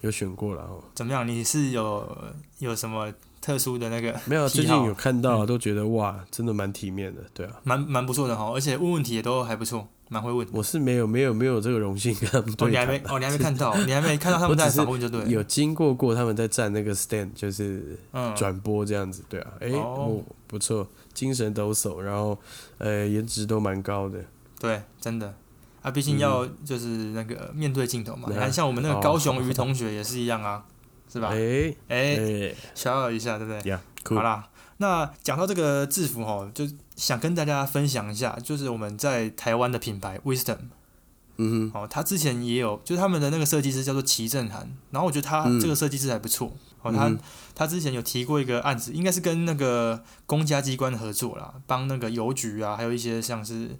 Speaker 1: 有选过了哦，
Speaker 2: 怎么样？你是有有什么特殊的那个？
Speaker 1: 没有啊，
Speaker 2: 癖
Speaker 1: 最
Speaker 2: 好
Speaker 1: 近有看到啊，
Speaker 2: 嗯
Speaker 1: 都觉得哇，真的蛮体面的，对啊。
Speaker 2: 蛮蛮不错的哈，而且问问题也都还不错，蛮会问。
Speaker 1: 我是没有没有没有这个荣幸啊跟他们
Speaker 2: 哦，
Speaker 1: 对
Speaker 2: 你还
Speaker 1: 谈
Speaker 2: 没哦，你还没看到，你还没看到 他们在访问就对了。
Speaker 1: 有经过过他们在站那个 stand，就是
Speaker 2: 嗯，
Speaker 1: 转播这样子，对啊，哎、
Speaker 2: 哦
Speaker 1: 哦，不错，精神抖擞，然后呃颜值都蛮高的，
Speaker 2: 对，真的啊，毕竟要就是那个面对镜头嘛。
Speaker 1: 嗯对
Speaker 2: 你
Speaker 1: 啊
Speaker 2: 看，像我们那个
Speaker 1: 哦
Speaker 2: 高雄于同学也是一样啊，是吧？
Speaker 1: 哎
Speaker 2: 哎，
Speaker 1: 哎
Speaker 2: 小小一下，对不对？
Speaker 1: 呀，酷，
Speaker 2: 好啦，那讲到这个制服哦，就想跟大家分享一下，就是我们在台湾的品牌 Wisdom。
Speaker 1: 嗯哼，
Speaker 2: 哦，他之前也有，就是他们的那个设计师叫做齐正涵，然后我觉得他
Speaker 1: 嗯
Speaker 2: 这个设计师还不错。哦，
Speaker 1: 嗯
Speaker 2: 他
Speaker 1: 哼
Speaker 2: 他之前有提过一个案子，应该是跟那个公家机关合作啦，帮那个邮局啊，还有一些像是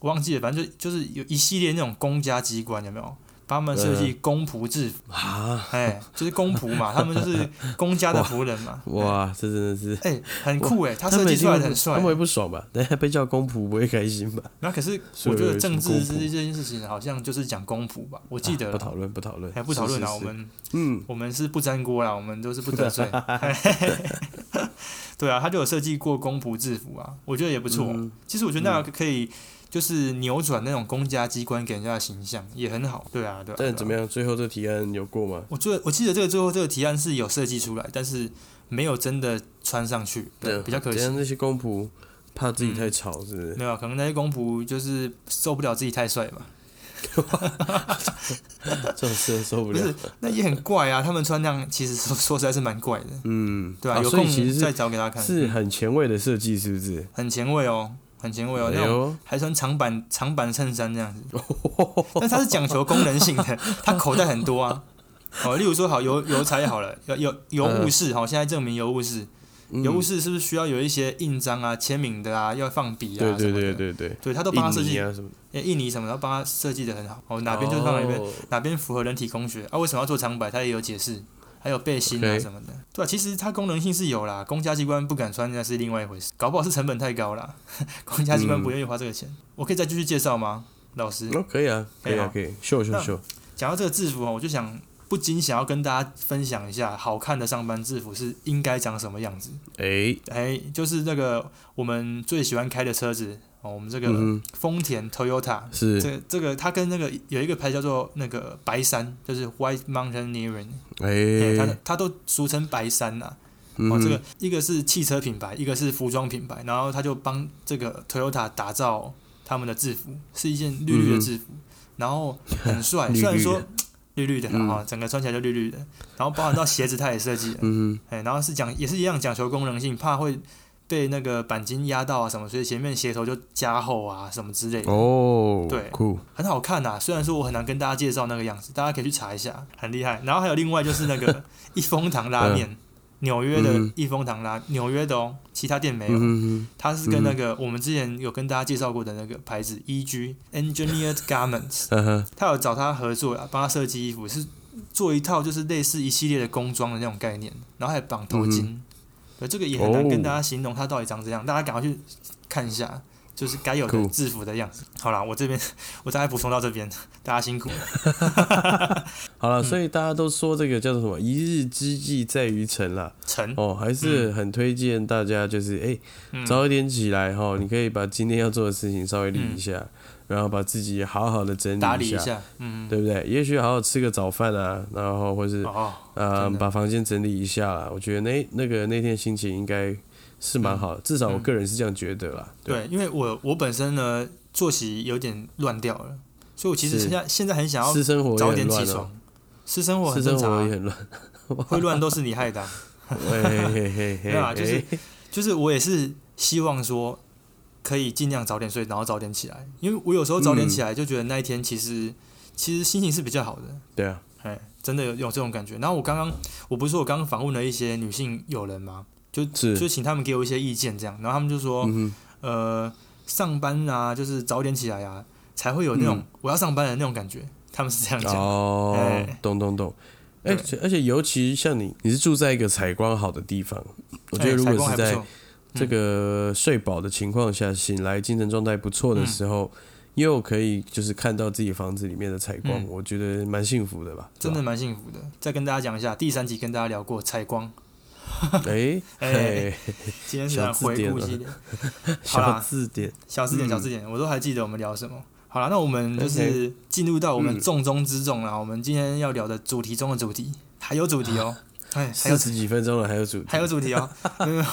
Speaker 2: 我忘记了，反正就就是有一系列那种公家机关有没有？帮他们设计公仆制服，
Speaker 1: 呃啊！
Speaker 2: 哎，就是公仆嘛，他们就是公家的仆人嘛。
Speaker 1: 哇，这真的是
Speaker 2: 哎，哎，很酷哎，他设
Speaker 1: 们
Speaker 2: 计
Speaker 1: 一定
Speaker 2: 出来
Speaker 1: 会
Speaker 2: 的很
Speaker 1: 他
Speaker 2: 帅
Speaker 1: 们。会不爽吧？ 等下被叫公仆不会开心吧？
Speaker 2: 然后可是
Speaker 1: 所
Speaker 2: 我
Speaker 1: 以
Speaker 2: 觉
Speaker 1: 有
Speaker 2: 得
Speaker 1: 什么
Speaker 2: 政治
Speaker 1: 公仆
Speaker 2: 这这件事情好像就是讲公仆吧，我记得
Speaker 1: 啊不讨论，不讨论，
Speaker 2: 还不讨论啊，
Speaker 1: 是
Speaker 2: 我
Speaker 1: 是是
Speaker 2: 们
Speaker 1: 嗯，
Speaker 2: 我们是不沾锅啦，我们都是不 得罪。 对啊，他就有设计过公仆制服啊，我觉得也不错。
Speaker 1: 嗯
Speaker 2: 其实我觉得那个可以就是扭转那种公家机关给人家的形象，也很好。对啊，对啊。
Speaker 1: 但怎么
Speaker 2: 样？
Speaker 1: 样？最后这提案有过吗？
Speaker 2: 我最我记得这个最后这个提案是有设计出来，但是没有真的穿上去，对，比较可
Speaker 1: 啊等
Speaker 2: 惜嗯
Speaker 1: 下。那些公仆怕自己太吵，是不是？
Speaker 2: 没有，可能那些公仆就是受不了自己太帅吧。
Speaker 1: 这种事受不
Speaker 2: 不
Speaker 1: 了
Speaker 2: 是。，那也很怪啊。他们穿那样，其实说 说实在是蛮怪的，
Speaker 1: 嗯，
Speaker 2: 对吧、
Speaker 1: 啊
Speaker 2: 有
Speaker 1: 所以
Speaker 2: 空
Speaker 1: 其实
Speaker 2: 再
Speaker 1: 是
Speaker 2: 找给大家看，
Speaker 1: 是
Speaker 2: 嗯
Speaker 1: 很前卫的设计，是不是？
Speaker 2: 很前卫哦，很前卫哦。那
Speaker 1: 哎
Speaker 2: 种
Speaker 1: 呦，
Speaker 2: 还穿长版长版衬衫这样子，但它是讲求功能 性的，它口袋很多啊。哦，例如说好邮邮差好了，邮邮邮务室好，现在证明邮务室，
Speaker 1: 嗯
Speaker 2: 邮务室是不是需要有一些印章啊、签名的啊，要放笔啊
Speaker 1: 对对
Speaker 2: 什么
Speaker 1: 对
Speaker 2: 的
Speaker 1: 对对，
Speaker 2: 对，他都帮他设
Speaker 1: 印尼
Speaker 2: 计，
Speaker 1: 啊什么的，
Speaker 2: 诶印尼什么的，他帮他设计的很好。哦，哪边就放哪边，
Speaker 1: 哦
Speaker 2: 哪边符合人体工学啊？为什么要做长摆？他也有解释，还有背心啊
Speaker 1: OK
Speaker 2: 什么的。对啊，其实它功能性是有啦，公家机关不敢穿那是另外一回事，搞不好是成本太高啦， 公家机关不愿意花这个钱。
Speaker 1: 嗯
Speaker 2: 我可以再继续介绍吗，老师？
Speaker 1: 哦，可以啊，可以啊，可以，秀秀
Speaker 2: 哎那
Speaker 1: 秀，
Speaker 2: 讲到这个制服哦，我就想不禁想要跟大家分享一下，好看的上班制服是应该长什么样子。
Speaker 1: 哎，
Speaker 2: 哎，就是那个我们最喜欢开的车子哦，我们这个
Speaker 1: 嗯哼，
Speaker 2: 丰田 Toyota，、
Speaker 1: 是，
Speaker 2: 这这个它跟那个有一个牌叫做那个白山，就是 White Mountaineering，、哎，它
Speaker 1: 哎，
Speaker 2: 它都俗称白山呐、啊。
Speaker 1: 嗯
Speaker 2: 哦，
Speaker 1: 哼
Speaker 2: 这个一个是汽车品牌，一个是服装品牌，然后他就帮这个 Toyota 打造他们的制服，是一件绿绿的制服，然后很帅，
Speaker 1: 嗯 绿
Speaker 2: 虽然
Speaker 1: 绿
Speaker 2: 说
Speaker 1: 的嗯
Speaker 2: 绿绿的啦哈、整个穿起来就绿绿的，然后包含到鞋子他也设 计了，
Speaker 1: 嗯哼，
Speaker 2: 哎，然后是讲也是一样讲求功能性，怕会被那个钣金压到啊什么，所以前面鞋头就加厚啊什么之类的，
Speaker 1: 哦，
Speaker 2: 对
Speaker 1: 酷，
Speaker 2: 很好看呐、虽然说我很难跟大家介绍那个样子，大家可以去查一下，很厉害。然后还有另外就是 那个一风堂拉面，纽约的
Speaker 1: 嗯
Speaker 2: 一风堂拉，纽约的哦，其他店没
Speaker 1: 嗯
Speaker 2: 有。
Speaker 1: 哼
Speaker 2: 它是跟那个、我们之前有跟大家介绍过的那个牌子 EG Engineered Garments，
Speaker 1: 哼，嗯哼，
Speaker 2: 他有找他合作啊，帮他设计衣服，是做一套就是类似一系列的工装的那种概念，然后还绑头
Speaker 1: 嗯
Speaker 2: 巾。对，这个也很难
Speaker 1: 哦
Speaker 2: 跟大家形容它到底长怎样，大家赶快去看一下，就是该有的
Speaker 1: Cool
Speaker 2: 制服的样子。好啦，我这边 我大概补充到这边，大家辛苦了。
Speaker 1: 好
Speaker 2: 嗯
Speaker 1: 了，所以大家都说这个叫做什么“一日之计在于晨”啦，
Speaker 2: 陈，
Speaker 1: 哦，还是很推荐大家，就是哎、
Speaker 2: 嗯
Speaker 1: 早一点起来哈，你可以把今天要做的事情稍微理一下，然后把自己好好的整
Speaker 2: 嗯打
Speaker 1: 理
Speaker 2: 理
Speaker 1: 一
Speaker 2: 一
Speaker 1: 下，
Speaker 2: 下，嗯，
Speaker 1: 对不对？也许好好吃个早饭啊，然后或是
Speaker 2: 哦，
Speaker 1: 呃
Speaker 2: 真的
Speaker 1: 把房间整理一下啦。我觉得那那个那天心情应该是蛮好的，至少我个人是这样觉得啦。
Speaker 2: 嗯对，因为我我本身呢作息有点乱掉了，所以我其实
Speaker 1: 是
Speaker 2: 现在现在很想要
Speaker 1: 私生活也
Speaker 2: 早
Speaker 1: 很
Speaker 2: 点起
Speaker 1: 乱
Speaker 2: 床
Speaker 1: 哦，，
Speaker 2: 私生活很
Speaker 1: 私
Speaker 2: 正
Speaker 1: 生
Speaker 2: 常
Speaker 1: 活也
Speaker 2: 啊，
Speaker 1: 很乱，
Speaker 2: 会乱都是你害的啊、
Speaker 1: 嘿嘿嘿嘿
Speaker 2: 没有啊就是
Speaker 1: 嘿，
Speaker 2: 就是我也是希望说可以尽量早点睡，然后早点起来，因为我有时候早点起来就觉得那一天其实、其实心情是比较好的，
Speaker 1: 对啊，
Speaker 2: 哎，真的有有这种感觉。然后我刚刚我不是说我刚刚访问了一些女性友人吗？就是就请他们给我一些意见，这样，然后他们就说，
Speaker 1: 嗯
Speaker 2: 呃，上班啊，就是早点起来啊，才会有那种、
Speaker 1: 嗯
Speaker 2: 我要上班的那种感觉。他们是这样
Speaker 1: 哼，
Speaker 2: 讲，
Speaker 1: 哦
Speaker 2: 哎，
Speaker 1: 懂懂懂。而且而且，尤其像你，你是住在一个采光好的地方，我觉
Speaker 2: 哎
Speaker 1: 得如
Speaker 2: 采光
Speaker 1: 果
Speaker 2: 还
Speaker 1: 是
Speaker 2: 不
Speaker 1: 在
Speaker 2: 错，
Speaker 1: 这个睡饱的情况下醒来，精神状态不错的时候，又可以就是看到自己房子里面的采光，
Speaker 2: 嗯
Speaker 1: 我觉得蛮幸福的吧？
Speaker 2: 真的蛮幸福的。再跟大家讲一下，第三集跟大家聊过采光，
Speaker 1: 是吧，哎
Speaker 2: 哎
Speaker 1: 哎，
Speaker 2: 今天是来回顾
Speaker 1: 小字典
Speaker 2: 系列，好
Speaker 1: 小
Speaker 2: 啦
Speaker 1: 字典，
Speaker 2: 小字
Speaker 1: 嗯
Speaker 2: 典，小字典，我都还记得我们聊什么。好了，那我们就是
Speaker 1: OK
Speaker 2: 进入到我们
Speaker 1: 嗯
Speaker 2: 重中之重了。我们今天要聊的主题中的主题，还有主题哦，哎，还有
Speaker 1: 四十几分钟了，还有主题
Speaker 2: 还，有主题哦， 没有没有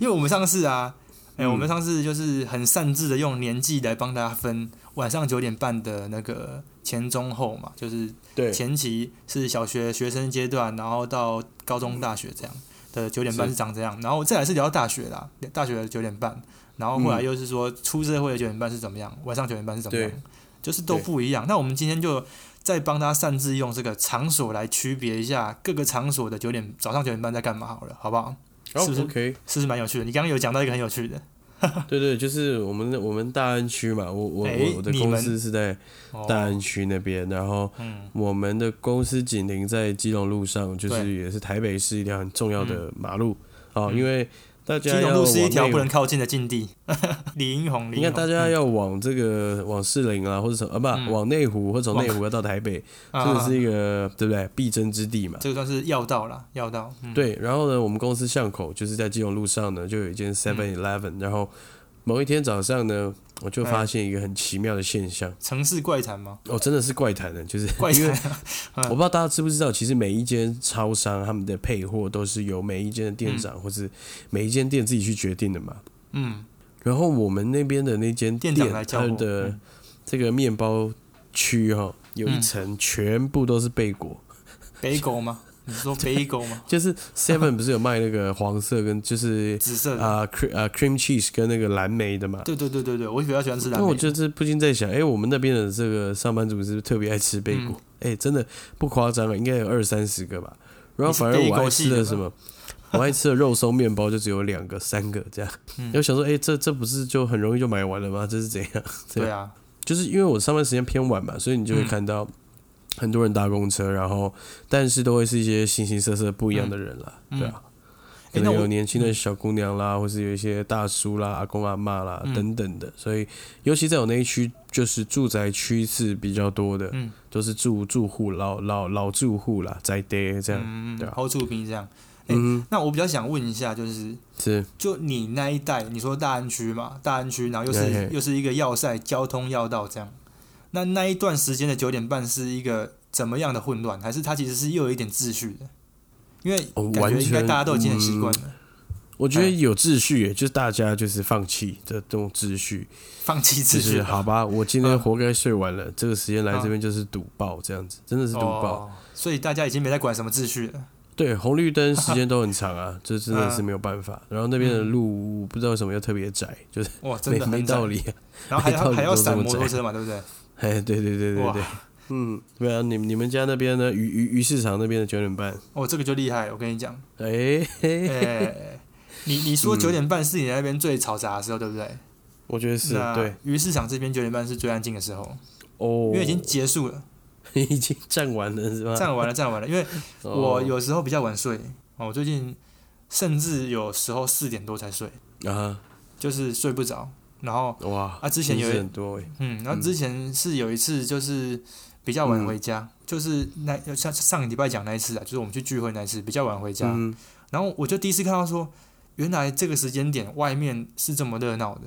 Speaker 2: 因为我们上次啊，哎、
Speaker 1: 嗯
Speaker 2: 我们上次就是很擅自的用年纪来帮大家分晚上九点半的那个前中后嘛，就是
Speaker 1: 对，
Speaker 2: 前期是小学学生阶段，然后到高中、大学这样的九点半
Speaker 1: 是
Speaker 2: 是长这样，然后再来是聊大学啦，大学的九点半，然后后来
Speaker 1: 嗯
Speaker 2: 又是说出社会的九点半是怎么样，晚上九点半是怎么样
Speaker 1: 对，
Speaker 2: 就是都
Speaker 1: 对
Speaker 2: 不一样。那我们今天就再帮他擅自用这个场所来区别一下各个场所的九点早上九点半在干嘛好了，好不好？
Speaker 1: 哦
Speaker 2: 是不是
Speaker 1: OK，
Speaker 2: 是不是蛮有趣的？你刚刚有讲到一个很有趣的，
Speaker 1: 对对，就是我们我们大安区嘛，我我
Speaker 2: 哎
Speaker 1: 我我的
Speaker 2: 你
Speaker 1: 公
Speaker 2: 们
Speaker 1: 司是在
Speaker 2: 哦
Speaker 1: 大安区那边，然后
Speaker 2: 嗯
Speaker 1: 我们的公司紧邻在基隆路上，就是
Speaker 2: 对
Speaker 1: 也是台北市一条很重要的马路哦，
Speaker 2: 嗯
Speaker 1: 因为大
Speaker 2: 基
Speaker 1: 家
Speaker 2: 隆
Speaker 1: 要
Speaker 2: 路是一
Speaker 1: 往
Speaker 2: 条
Speaker 1: 内
Speaker 2: 不能靠近的禁地。 李英红，李
Speaker 1: 应该
Speaker 2: 英
Speaker 1: 大
Speaker 2: 红，
Speaker 1: 家要往这个往士林啊，或者什么啊，不、
Speaker 2: 嗯
Speaker 1: 往内湖，或者从
Speaker 2: 往
Speaker 1: 内湖要到台北，
Speaker 2: 啊
Speaker 1: 这个是一个对不对必争之地嘛？
Speaker 2: 这个算是要道啦，要道。嗯、
Speaker 1: 对，然后呢，我们公司巷口就是在基隆路上呢，就有一
Speaker 2: 嗯
Speaker 1: 间 Seven Eleven，、然后某一天早上呢，我
Speaker 2: 哎
Speaker 1: 就发现一个很奇妙的现象，
Speaker 2: 城市怪谈吗？
Speaker 1: 哦，真的是怪啊谈的，就是
Speaker 2: 怪
Speaker 1: 因为
Speaker 2: 谈，
Speaker 1: 我不知道大家知不知道，其实每一间超商他们的配货都是由每一间的店长、或是每一间店自己去决定的嘛。
Speaker 2: 嗯，
Speaker 1: 然后我们那边的那间
Speaker 2: 店
Speaker 1: 店，
Speaker 2: 长来教
Speaker 1: 它
Speaker 2: 我
Speaker 1: 的
Speaker 2: 嗯
Speaker 1: 这个面包区哈、有一层全部都是贝果，
Speaker 2: 嗯
Speaker 1: 嗯
Speaker 2: 北 狗吗？你是说北狗吗？
Speaker 1: 就是 Seven 不是有卖那个黄色跟就是
Speaker 2: 紫色的。
Speaker 1: 啊 cream 啊 cream cheese 跟那个蓝莓的嘛。
Speaker 2: 对对对对对，我比较喜欢吃蓝
Speaker 1: 那
Speaker 2: 莓。
Speaker 1: 我就是不禁在想，哎、我们那边的这个上班族是不是特别爱吃贝
Speaker 2: 嗯
Speaker 1: 果？哎、真的不夸张啊，应该有二三十个吧。然后
Speaker 2: 你是
Speaker 1: 反而我
Speaker 2: 贝
Speaker 1: 爱
Speaker 2: 果系
Speaker 1: 吃
Speaker 2: 的
Speaker 1: 的
Speaker 2: 吧
Speaker 1: 什么，我爱吃的肉松面包就只有两个、三个这样。
Speaker 2: 嗯
Speaker 1: 我想说，哎、这这不是就很容易就买完了吗？这是怎样？
Speaker 2: 对啊，
Speaker 1: 就是因为我上班时间偏晚嘛，所以你就会
Speaker 2: 嗯
Speaker 1: 看到很多人搭公车，然后但是都会是一些形形色色不一样的人啦，
Speaker 2: 嗯
Speaker 1: 对啊，可
Speaker 2: 诶那
Speaker 1: 能有
Speaker 2: 我
Speaker 1: 年轻的小姑娘啦，或是有一些大叔啦、阿公阿嬷啦、
Speaker 2: 嗯
Speaker 1: 等等的，所以尤其在我那一区，就是住宅区是比较多的，
Speaker 2: 嗯
Speaker 1: 都是住住户老老老住户啦，宅爹这样，
Speaker 2: 嗯
Speaker 1: 对啊
Speaker 2: ，hold 住冰这样。诶
Speaker 1: 嗯，
Speaker 2: 那我比较想问一下，就是
Speaker 1: 是
Speaker 2: 就你那一带，你说大安区嘛，大安区，然后又
Speaker 1: 嘿嘿
Speaker 2: 是又是一个要塞、交通要道这样。那那一段时间的九点半是一个怎么样的混乱？还是它其实是又有一点秩序的？因为
Speaker 1: 哦
Speaker 2: 感觉应该
Speaker 1: 完全嗯
Speaker 2: 大家都已经很习惯了，
Speaker 1: 我
Speaker 2: 哎
Speaker 1: 觉得有秩序耶，就是大家就是放弃这种秩序，
Speaker 2: 放弃
Speaker 1: 就
Speaker 2: 秩序
Speaker 1: 是
Speaker 2: 了
Speaker 1: 好吧，我今天活该睡晚了，这个时间来
Speaker 2: 嗯
Speaker 1: 这边就是赌爆这样子，真的是赌爆。
Speaker 2: 哦，所以大家已经没在管什么秩序了。
Speaker 1: 对，红绿灯时间都很长 啊，这真的是没有办法。
Speaker 2: 嗯
Speaker 1: 然后那边的路不知道为什么又特别窄，就是
Speaker 2: 哇，嗯真
Speaker 1: 没
Speaker 2: 的
Speaker 1: 没
Speaker 2: 很窄
Speaker 1: 道。理。
Speaker 2: 然后还
Speaker 1: 没道
Speaker 2: 要
Speaker 1: 理
Speaker 2: 还要
Speaker 1: 都这
Speaker 2: 闪
Speaker 1: 么
Speaker 2: 摩托
Speaker 1: 窄
Speaker 2: 车嘛，对不对？
Speaker 1: 哎，对对对对
Speaker 2: 哇
Speaker 1: 对，嗯，对啊，你你们家那边呢？鱼鱼鱼市场那边的九点半，
Speaker 2: 哦，这个就厉害了，我跟你 讲。
Speaker 1: 哎，嘿
Speaker 2: 哎，你你说
Speaker 1: 嗯
Speaker 2: 九点半是你那边最嘈杂的时候，对不对？
Speaker 1: 我觉得是
Speaker 2: 那
Speaker 1: 对
Speaker 2: 鱼市场这边九点半是最安静的时候，
Speaker 1: 哦，
Speaker 2: 因为已经结束了，
Speaker 1: 已经站完了是吧？
Speaker 2: 站完了，站完了。因为
Speaker 1: 嗯 哦
Speaker 2: 我有时候比较晚睡，哦，我最近甚至有时候四点多才睡，
Speaker 1: 啊
Speaker 2: 就是睡不着。然后，
Speaker 1: 哇
Speaker 2: 啊之前
Speaker 1: 真
Speaker 2: 有
Speaker 1: 是
Speaker 2: 一
Speaker 1: 很多哎，
Speaker 2: 嗯，然后之前是有一次就是比较晚回家，
Speaker 1: 嗯
Speaker 2: 就是那像上礼拜讲那一次啊，就是我们去聚会那一次比较晚回家，
Speaker 1: 嗯，
Speaker 2: 然后我就第一次看到说，原来这个时间点外面是这么热闹的。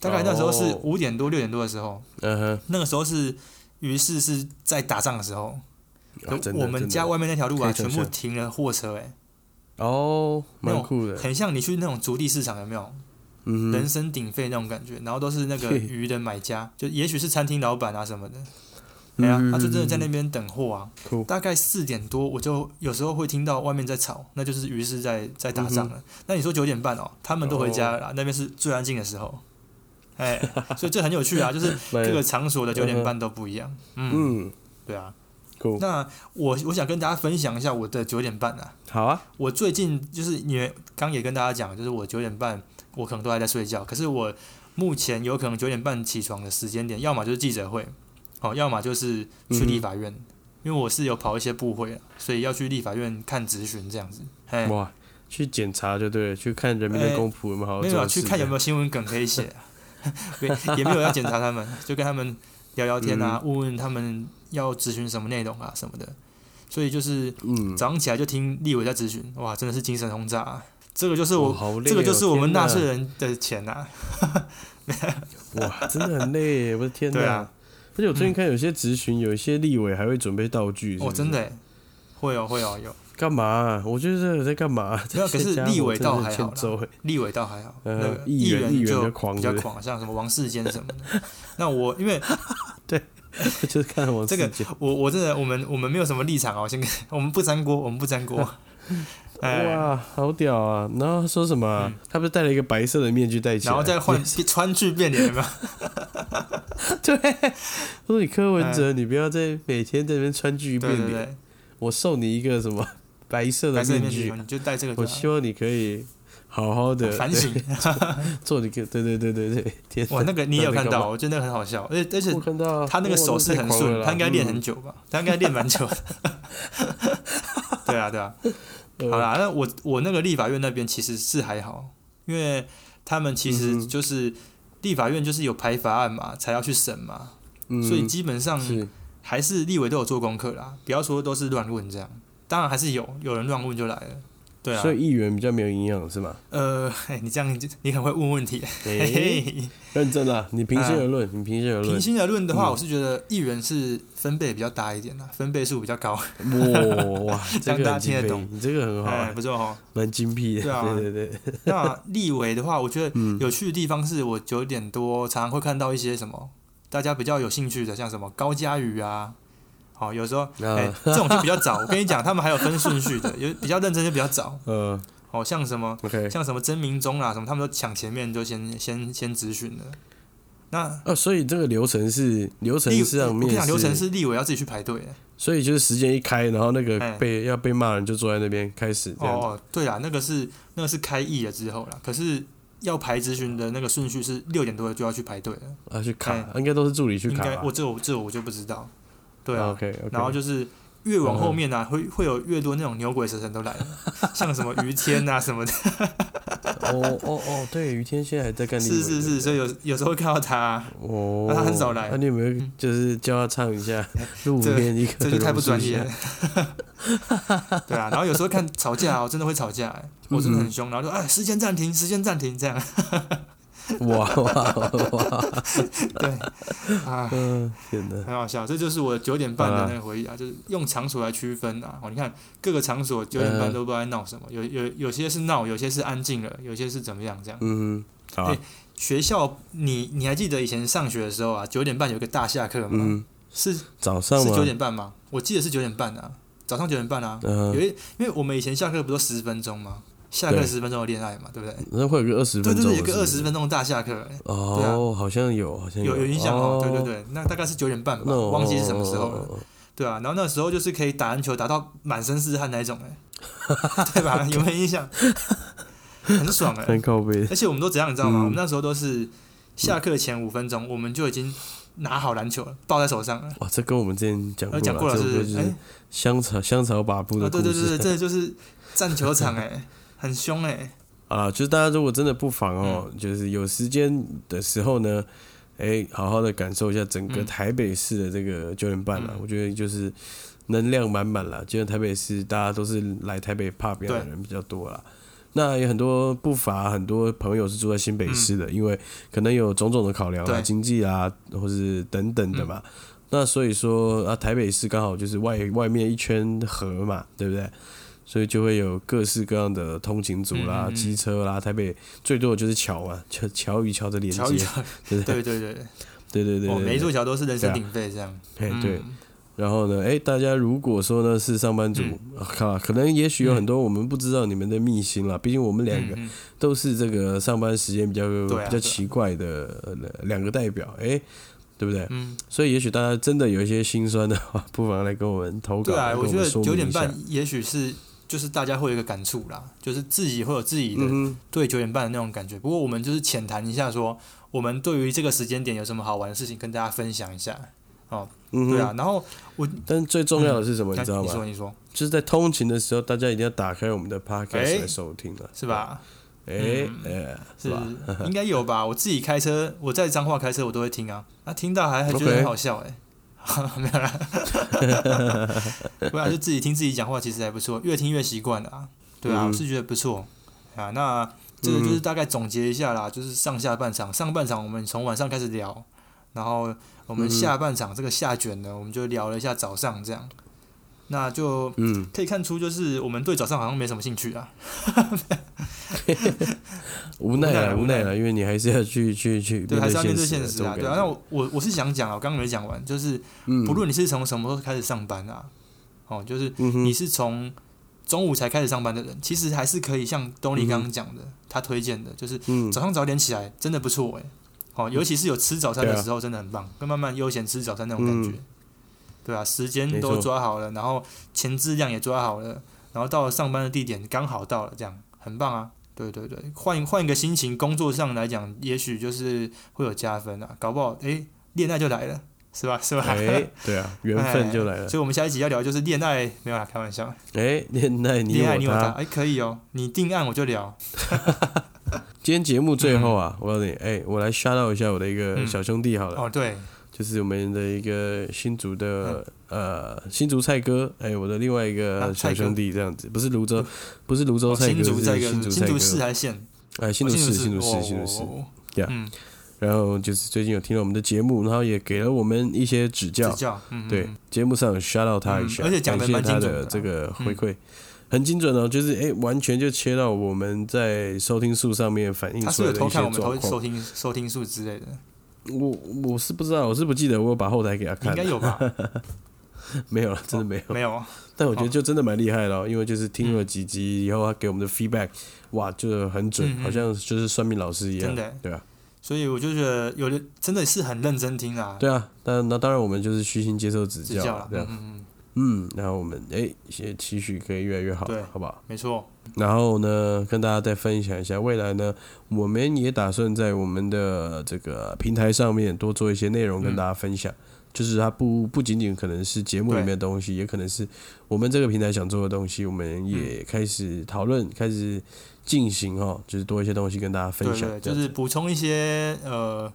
Speaker 2: 大概那时候是
Speaker 1: 哦
Speaker 2: 五点多六点多的时候，
Speaker 1: 嗯
Speaker 2: 那个时候是于是是在打仗的时候，
Speaker 1: 哼，啊真的
Speaker 2: 我们
Speaker 1: 真的
Speaker 2: 家外面那条路
Speaker 1: 可
Speaker 2: 啊
Speaker 1: 以想
Speaker 2: 全
Speaker 1: 象
Speaker 2: 部停了货车、欸，
Speaker 1: 哦，蛮酷的，
Speaker 2: 很像你去那种竹地市场有没有？
Speaker 1: 嗯
Speaker 2: 人
Speaker 1: 哼，
Speaker 2: 声鼎沸那种感觉，然后都是那个
Speaker 1: 嘿
Speaker 2: 鱼的买家，就也许是餐厅老板啊什么的，
Speaker 1: 嗯
Speaker 2: 哎呀，他就真的在那边等货啊。
Speaker 1: 酷
Speaker 2: 大概四点多，我就有时候会听到外面在吵，那就是于是在在打仗
Speaker 1: 嗯
Speaker 2: 了。那你说九点半哦，他们都回家了啦，那边是最安静的时候。 哎，所以这很有趣啊，就是
Speaker 1: 蛮
Speaker 2: 各个场所的九点半都不一样。嗯，
Speaker 1: 嗯
Speaker 2: 对啊。
Speaker 1: 酷，
Speaker 2: 那我我想跟大家分享一下我的九点半啊。
Speaker 1: 好啊，
Speaker 2: 我最近就是你们刚也跟大家讲，就是我九点半我可能都还在睡觉，可是我目前有可能九点半起床的时间点，要么就是记者会，哦，要么就是去立法
Speaker 1: 嗯
Speaker 2: 院，因为我是有跑一些部会啊，所以要去立法院看质询这样子。哎，
Speaker 1: 哇，去检查就对了，去看人民的
Speaker 2: 哎
Speaker 1: 公仆有没有好好
Speaker 2: 没
Speaker 1: 做
Speaker 2: 有啊
Speaker 1: 事
Speaker 2: 去看有没有新闻梗可以写、啊， 没也没有要检查他们，就跟他们聊聊天啊，
Speaker 1: 嗯
Speaker 2: 问问他们要咨询什么内容啊什么的，所以就是
Speaker 1: 嗯，
Speaker 2: 早上起来就听立委在咨询，哇，真的是精神轰炸、啊。这个就是我
Speaker 1: 哇好累哦
Speaker 2: 这个就是我
Speaker 1: 天
Speaker 2: 们
Speaker 1: 哪
Speaker 2: 纳税人的钱呐、啊。
Speaker 1: 哇，真的很累耶，我的天哪！
Speaker 2: 对啊，
Speaker 1: 而且我最近看有些咨询，有一些立委还会准备道具是不
Speaker 2: 哦，
Speaker 1: 是
Speaker 2: 真的耶，会哦，会哦，有
Speaker 1: 干嘛啊、我觉得这有在干嘛啊、
Speaker 2: 没有可是
Speaker 1: 这家伙
Speaker 2: 立委倒
Speaker 1: 真的
Speaker 2: 还
Speaker 1: 是
Speaker 2: 好
Speaker 1: 欠
Speaker 2: 啦
Speaker 1: 揍耶
Speaker 2: 立委倒还好，
Speaker 1: 呃
Speaker 2: 那个
Speaker 1: 议员议
Speaker 2: 人
Speaker 1: 员
Speaker 2: 就
Speaker 1: 比较狂
Speaker 2: 比较
Speaker 1: 是不是
Speaker 2: 狂，像什么王世坚什么的。 那我因为
Speaker 1: 就是看我
Speaker 2: 这个我我真的我们我们没有什么立场哦，我先跟我们不沾锅，我们不 沾锅。哎，嗯
Speaker 1: 哇，好屌啊！然后他说什么啊、他不是戴了一个白色的面具戴起来，
Speaker 2: 然后再换
Speaker 1: 啊
Speaker 2: 川剧变脸有 没有？
Speaker 1: 对，他说你柯文哲，你不要再每天在那边川剧变
Speaker 2: 哎对对
Speaker 1: 脸，
Speaker 2: 对，
Speaker 1: 我送你一个什么白色的
Speaker 2: 白色的面
Speaker 1: 具
Speaker 2: 具，你就戴这个就
Speaker 1: 我
Speaker 2: 好。
Speaker 1: 希望你可以好好的
Speaker 2: 反省。
Speaker 1: 做一个，对对对对对，天哪
Speaker 2: 哇，那个你 也有
Speaker 1: 到底
Speaker 2: 看
Speaker 1: 干嘛
Speaker 2: 到，我觉得那个很好笑，而且而且
Speaker 1: 哦我看到
Speaker 2: 他那个手势很顺，他应该练很
Speaker 1: 久。
Speaker 2: 久吧？他应该练蛮 久的。对啊，对啊。
Speaker 1: 嗯
Speaker 2: 好啦，那我我那个立法院那边其实是还好，因为他们其
Speaker 1: 嗯
Speaker 2: 实
Speaker 1: 哼
Speaker 2: 就是、立法院就是有排法案嘛，才要去审嘛，
Speaker 1: 嗯
Speaker 2: 所以基本上
Speaker 1: 是
Speaker 2: 还是立委都有做功课啦，不要说都是乱问这样。当然还是有有人乱问就来了，对啊
Speaker 1: 所。以议员比较没有营养是吗？
Speaker 2: 呃， 嘿你这样就你很会问问题，嘿
Speaker 1: 哎，
Speaker 2: 嘿。
Speaker 1: 认真啦，你平心而论，你平心而
Speaker 2: 平
Speaker 1: 论，
Speaker 2: 心而论的话，
Speaker 1: 嗯
Speaker 2: 我是觉得议员是分贝比较大一点啦，分贝数比较高，
Speaker 1: 哇哇，
Speaker 2: 这
Speaker 1: 这
Speaker 2: 样
Speaker 1: 个
Speaker 2: 大家
Speaker 1: 很
Speaker 2: 听
Speaker 1: 精
Speaker 2: 得
Speaker 1: 辟
Speaker 2: 懂，
Speaker 1: 你这个很好
Speaker 2: 哎，
Speaker 1: 啊，
Speaker 2: 不错哦。
Speaker 1: 蛮精辟的，
Speaker 2: 对啊
Speaker 1: 对对对，
Speaker 2: 那立委的话，我觉得
Speaker 1: 嗯
Speaker 2: 有趣的地方是我九点多常常会看到一些什么大家比较有兴趣的，像什么高佳宇啊，好、有时候哎、
Speaker 1: 那
Speaker 2: 这种就比较早。我跟你讲，他们还有分顺序的，有比较认真就比较早。
Speaker 1: 呃
Speaker 2: 哦，像什么
Speaker 1: ，OK，
Speaker 2: 像什么曾明忠啦、什么，他们都抢前面就先先先咨询的。那
Speaker 1: 啊，所以这个流程是流程
Speaker 2: 立
Speaker 1: 是让
Speaker 2: 我跟你
Speaker 1: 面
Speaker 2: 讲，流程
Speaker 1: 试，
Speaker 2: 是立委要自己去排队。
Speaker 1: 所以就是时间一开，然后那个
Speaker 2: 哎
Speaker 1: 被要被骂的人就坐在那边开始这样子，
Speaker 2: 哦，对啦，那个是那个是开议了之后啦，可是要排咨询的那个顺序是六点多就要去排队了。
Speaker 1: 啊去卡
Speaker 2: 哎，
Speaker 1: 应该都是助理去
Speaker 2: 应
Speaker 1: 卡
Speaker 2: 该
Speaker 1: 吧哦
Speaker 2: 我，这我这我就不知道，对啊，
Speaker 1: ，OK OK，嗯
Speaker 2: 然后就是越往后面呢、啊，会会有越多那种牛鬼蛇神都来了，像什么于天呐、什 么的，
Speaker 1: 哦哦哦，对，于天现在还在 干立
Speaker 2: 是
Speaker 1: 委
Speaker 2: 是
Speaker 1: 对
Speaker 2: 是，所以有有时候会看到他，啊
Speaker 1: 哦，
Speaker 2: 那他很少来
Speaker 1: 那、你有没有
Speaker 2: 嗯
Speaker 1: 就是叫他唱一下路
Speaker 2: 这
Speaker 1: 边一个？
Speaker 2: 这就太不专业。了， 对啊，然后有时候看吵架哦，真的会吵架、哎，我真的
Speaker 1: 嗯
Speaker 2: 很凶，然后就哎时间暂停，时间暂停这样，
Speaker 1: 哇哇哇！
Speaker 2: 对啊。
Speaker 1: 嗯，天哪！
Speaker 2: 很好笑，这就是我九点半
Speaker 1: 好
Speaker 2: 的
Speaker 1: 啦
Speaker 2: 那个回忆啊，就是用场所来区分啊。哦，你看各个场所九点半
Speaker 1: 嗯
Speaker 2: 都不知道在闹什么，有有有些是闹，有些是安静了，有些是怎么样这样。
Speaker 1: 嗯哼，好啊、
Speaker 2: 哎学校，你你还记得以前上学的时候啊，九点半有个大下课吗？
Speaker 1: 嗯，
Speaker 2: 是
Speaker 1: 早上
Speaker 2: 是
Speaker 1: 嘛
Speaker 2: 九，点半吗？我记得是九点半啊，早上九点半啊。
Speaker 1: 嗯
Speaker 2: 有，一，因为我们以前下课不都十分钟吗？下课
Speaker 1: 对
Speaker 2: 十分钟的恋爱嘛，对不对？
Speaker 1: 那会有个二十
Speaker 2: 对
Speaker 1: 分
Speaker 2: 对
Speaker 1: 钟，
Speaker 2: 对，有个
Speaker 1: 是
Speaker 2: 二
Speaker 1: 不是
Speaker 2: 十分钟的大下课、哎对
Speaker 1: 哦，好像有，好像
Speaker 2: 有
Speaker 1: 有
Speaker 2: 有印象哦
Speaker 1: 哦，。
Speaker 2: 对对，对，那大概是九点半吧，
Speaker 1: 那我
Speaker 2: 忘记是什么时候了。
Speaker 1: 哦
Speaker 2: 对啊，然后那时候就是可以打篮球打到满身是汗那一种、哎， 对吧？有没有印象？很爽哎、
Speaker 1: 很靠背。
Speaker 2: 而且我们都怎样，你知道吗？
Speaker 1: 嗯
Speaker 2: 我们那时候都是下课前五分钟，我们就已经拿好篮球了，抱在手上了。
Speaker 1: 哇，这跟我们之前讲
Speaker 2: 呃，
Speaker 1: 过
Speaker 2: 讲过了
Speaker 1: 这
Speaker 2: 是
Speaker 1: 首
Speaker 2: 不？
Speaker 1: 歌就是是
Speaker 2: 哎、
Speaker 1: 香草 香草把布
Speaker 2: 啊，
Speaker 1: 的故
Speaker 2: 对
Speaker 1: 事。
Speaker 2: 对对对，这就是占球场哎、很凶哎、
Speaker 1: 啊，就是大家如果真的不妨哦，就是有时间的时候呢，哎、好好的感受一下整个
Speaker 2: 嗯
Speaker 1: 台北市的这个九点半啦、啊
Speaker 2: 嗯
Speaker 1: 我觉得就是能量满满啦。就像台北市，大家都是来台北怕表演的
Speaker 2: 对
Speaker 1: 人比较多啦。那也很多不乏很多朋友是住在新北市的，因为可能有种种的考量啊，
Speaker 2: 嗯对嗯
Speaker 1: 经济啊，或是等等的嘛。那所以说啊，台北市刚好就是外外面一圈河嘛，对不对？所以就会有各式各样的通勤族啦
Speaker 2: 嗯嗯、嗯
Speaker 1: 机、车啦。台北最多的就是桥嘛， 桥桥与桥的连接，
Speaker 2: 乔宇，乔
Speaker 1: 对不 对？
Speaker 2: 对对对对，
Speaker 1: 对对对
Speaker 2: 哦，
Speaker 1: 对
Speaker 2: 每一座桥都是人
Speaker 1: 对啊
Speaker 2: 声鼎沸这样。
Speaker 1: 哎
Speaker 2: 嗯
Speaker 1: 对。然后呢，哎、大家如果说呢是上班族，啊靠、可能也许有很多我们不知道你们的秘辛啦。毕竟我们两个
Speaker 2: 嗯嗯嗯
Speaker 1: 都是这个上班时间比较、
Speaker 2: 对啊
Speaker 1: 比较
Speaker 2: 对啊
Speaker 1: 奇怪的呃两个代表，哎、对不对？
Speaker 2: 嗯，
Speaker 1: 所以也许大家真的有一些心酸的话，不妨来跟我们投稿，
Speaker 2: 对啊，
Speaker 1: 来跟
Speaker 2: 我
Speaker 1: 我
Speaker 2: 觉
Speaker 1: 们
Speaker 2: 得
Speaker 1: 说
Speaker 2: 九
Speaker 1: 明
Speaker 2: 点
Speaker 1: 一下
Speaker 2: 半。也许是就是大家会有一个感触啦，就是自己会有自己的
Speaker 1: 嗯哼，
Speaker 2: 对九点半的那种感觉。不过我们就是浅谈一下说我们对于这个时间点有什么好玩的事情跟大家分享一下。
Speaker 1: 嗯哼，
Speaker 2: 对啊，然嗯后
Speaker 1: 但最重要的是什么，你知道
Speaker 2: 你
Speaker 1: 吗
Speaker 2: 说？你说
Speaker 1: 就是在通勤的时候，大家一定要打开我们的 podcast
Speaker 2: 哎
Speaker 1: 来收听了，
Speaker 2: 是？吧？
Speaker 1: 哎
Speaker 2: 嗯
Speaker 1: 哎，是
Speaker 2: 是
Speaker 1: 吧？
Speaker 2: 应该有吧？我自己开车，我在彰化开车，我都会听啊。啊，听到还还觉得
Speaker 1: OK
Speaker 2: 很好笑 哎、欸，没有啦。 对啊，就自己听自己讲话，其实还不错，越听越习惯了啊。对啊，
Speaker 1: 嗯
Speaker 2: 我是觉得不错啊。那这个就是大概总结一下啦，就是上下半场。上半场我们从晚上开始聊，然后我们
Speaker 1: 嗯
Speaker 2: 下半场这个下卷呢，我们就聊了一下早上这样。那就
Speaker 1: 嗯，
Speaker 2: 可以看出，就是我们对早上好像没什么兴趣啊。
Speaker 1: 无奈了，
Speaker 2: 无
Speaker 1: 无
Speaker 2: 奈
Speaker 1: 奈
Speaker 2: 啊
Speaker 1: 了，啊因为你还是要去去去
Speaker 2: 对，还是要面对现
Speaker 1: 现
Speaker 2: 实啊。
Speaker 1: 这
Speaker 2: 对
Speaker 1: 种
Speaker 2: 啊，
Speaker 1: 感
Speaker 2: 那
Speaker 1: 觉
Speaker 2: 我我我是想讲啊，我刚刚没讲完，就是
Speaker 1: 嗯
Speaker 2: 不论你是从什么时候开始上班啊，哦，就是
Speaker 1: 嗯
Speaker 2: 你
Speaker 1: 哼，
Speaker 2: 是从中午才开始上班的人，其实还是可以像东尼刚刚讲的，他推荐的，就是
Speaker 1: 嗯
Speaker 2: 早上早点起来真的不错诶、哦，尤其是有吃早餐
Speaker 1: 对
Speaker 2: 的
Speaker 1: 啊嗯
Speaker 2: 时候，真的很棒，跟慢慢悠闲吃早餐那种感觉，对啊，时间
Speaker 1: 没
Speaker 2: 都
Speaker 1: 错
Speaker 2: 抓好了，然后前质量也抓好了，然后到了上班的地点刚好到了，这样很棒啊，对对对，换换一个心情，工作上来讲，也许就是会有加分啊，搞不好诶，恋爱就来了，是吧？是吧？哎
Speaker 1: 哎、对啊，缘分就来 了。
Speaker 2: 所以，我们下一集要聊就是恋爱，没有啦，开玩笑。
Speaker 1: 哎、恋爱你
Speaker 2: 恋爱你
Speaker 1: 我
Speaker 2: 有他，
Speaker 1: 他。
Speaker 2: 哎、可以哦，你定案我就聊。
Speaker 1: 今天节目最后啊，我告诉你，哎、我来 shout out 一下我的一个
Speaker 2: 嗯
Speaker 1: 小兄弟好了，
Speaker 2: 哦，对，
Speaker 1: 就是我们的一个新竹的、呃新竹蔡哥，哎、我的另外一
Speaker 2: 嗯啊
Speaker 1: 个小
Speaker 2: 蔡哥
Speaker 1: 兄弟这样子，不是泸州，不是泸州
Speaker 2: 哦
Speaker 1: 蔡
Speaker 2: 新
Speaker 1: 哥，
Speaker 2: 竹在
Speaker 1: 是
Speaker 2: 一个
Speaker 1: 新竹
Speaker 2: 新
Speaker 1: 蔡
Speaker 2: 竹市
Speaker 1: 哥，
Speaker 2: 还是县，
Speaker 1: 哎，新
Speaker 2: 哦
Speaker 1: 竹
Speaker 2: 竹
Speaker 1: 市，
Speaker 2: 市，
Speaker 1: 新竹市，
Speaker 2: 哦
Speaker 1: 新竹市
Speaker 2: 哦。哦
Speaker 1: 对啊
Speaker 2: 嗯，
Speaker 1: 然后就是最近有听到我们的节目，然后也给了我们一些指教
Speaker 2: 指，教，嗯，
Speaker 1: 对
Speaker 2: 嗯，
Speaker 1: 节目上有 shout out 他一下，
Speaker 2: 嗯而且讲得
Speaker 1: 感谢
Speaker 2: 蛮精
Speaker 1: 他
Speaker 2: 准的嗯
Speaker 1: 的
Speaker 2: 啦
Speaker 1: 这个回馈，很精准哦，就是哎、完全就切到我们在收听数上面反映
Speaker 2: 他是
Speaker 1: 出
Speaker 2: 有
Speaker 1: 来的
Speaker 2: 偷
Speaker 1: 一
Speaker 2: 看我
Speaker 1: 些
Speaker 2: 们偷
Speaker 1: 状
Speaker 2: 收
Speaker 1: 况。
Speaker 2: 听收听数之类的，
Speaker 1: 我我是不知道，我是不记得我有把后台给他
Speaker 2: 应
Speaker 1: 看
Speaker 2: 该，有吧？
Speaker 1: 没有了，真的没有。
Speaker 2: 没有，
Speaker 1: 但我觉得
Speaker 2: 哦
Speaker 1: 就真的蛮厉害了哦，因为就是听了几集以后，他给我们的 feedback，哇，就很准，
Speaker 2: 嗯嗯
Speaker 1: 好像就是算命老师一样
Speaker 2: 真。的。
Speaker 1: 对啊，
Speaker 2: 所以我就觉得有的真的是很认真听啦，
Speaker 1: 对啊，但那当然我们就是虚心接受指
Speaker 2: 指
Speaker 1: 教
Speaker 2: 教
Speaker 1: 啦
Speaker 2: 啦，，
Speaker 1: 对
Speaker 2: 嗯
Speaker 1: 啊，
Speaker 2: 嗯嗯，
Speaker 1: 嗯，然后我们哎，也期许可以越来越好
Speaker 2: 对，
Speaker 1: 好不好？
Speaker 2: 没错，
Speaker 1: 然后呢，跟大家再分享一下，未来呢，我们也打算在我们的这个平台上面多做一些内容跟大家分享。
Speaker 2: 嗯
Speaker 1: 就是它不不仅仅可能是节目里面的东西，也可能是我们这个平台想做的东西，我们
Speaker 2: 嗯
Speaker 1: 也开始讨论，开始进行哦，就是多一些东西跟大家分
Speaker 2: 对
Speaker 1: 享。
Speaker 2: 对，
Speaker 1: 这
Speaker 2: 就
Speaker 1: 样
Speaker 2: 是补充一些呃，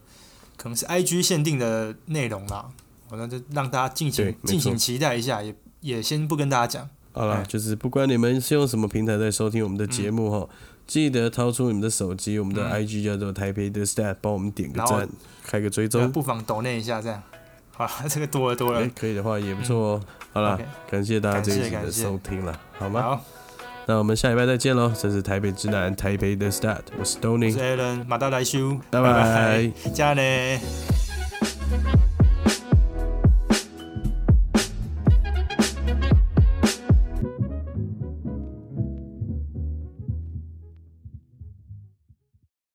Speaker 2: 可能是 IG 限定的内容啦，我那就让大家敬
Speaker 1: 对
Speaker 2: 请
Speaker 1: 没错
Speaker 2: 敬请期待一下，也也先不跟大家讲，
Speaker 1: 好啦，
Speaker 2: 哎
Speaker 1: 就是不管你们是用什么平台在收听我们的节目哈、记得掏出你们的手机，我们的
Speaker 2: 嗯
Speaker 1: IG 叫做台北的 stat，帮我们点个
Speaker 2: 然后
Speaker 1: 赞，开个追
Speaker 2: 对
Speaker 1: 踪。
Speaker 2: 不妨抖内一下这样，好，这个多了多
Speaker 1: 哎、
Speaker 2: 了，
Speaker 1: 可以的话也不错哦。好啦
Speaker 2: 嗯 OK
Speaker 1: 感谢大家这一集
Speaker 2: 感谢
Speaker 1: 的
Speaker 2: 感谢
Speaker 1: 收听了，好吗？
Speaker 2: 好，
Speaker 1: 那我们下礼拜再见喽！这是台北之南，台北的 Stat，我是
Speaker 2: 我
Speaker 1: Tony，
Speaker 2: 是 Alan，马达来修，
Speaker 1: 拜拜。
Speaker 2: 加呢。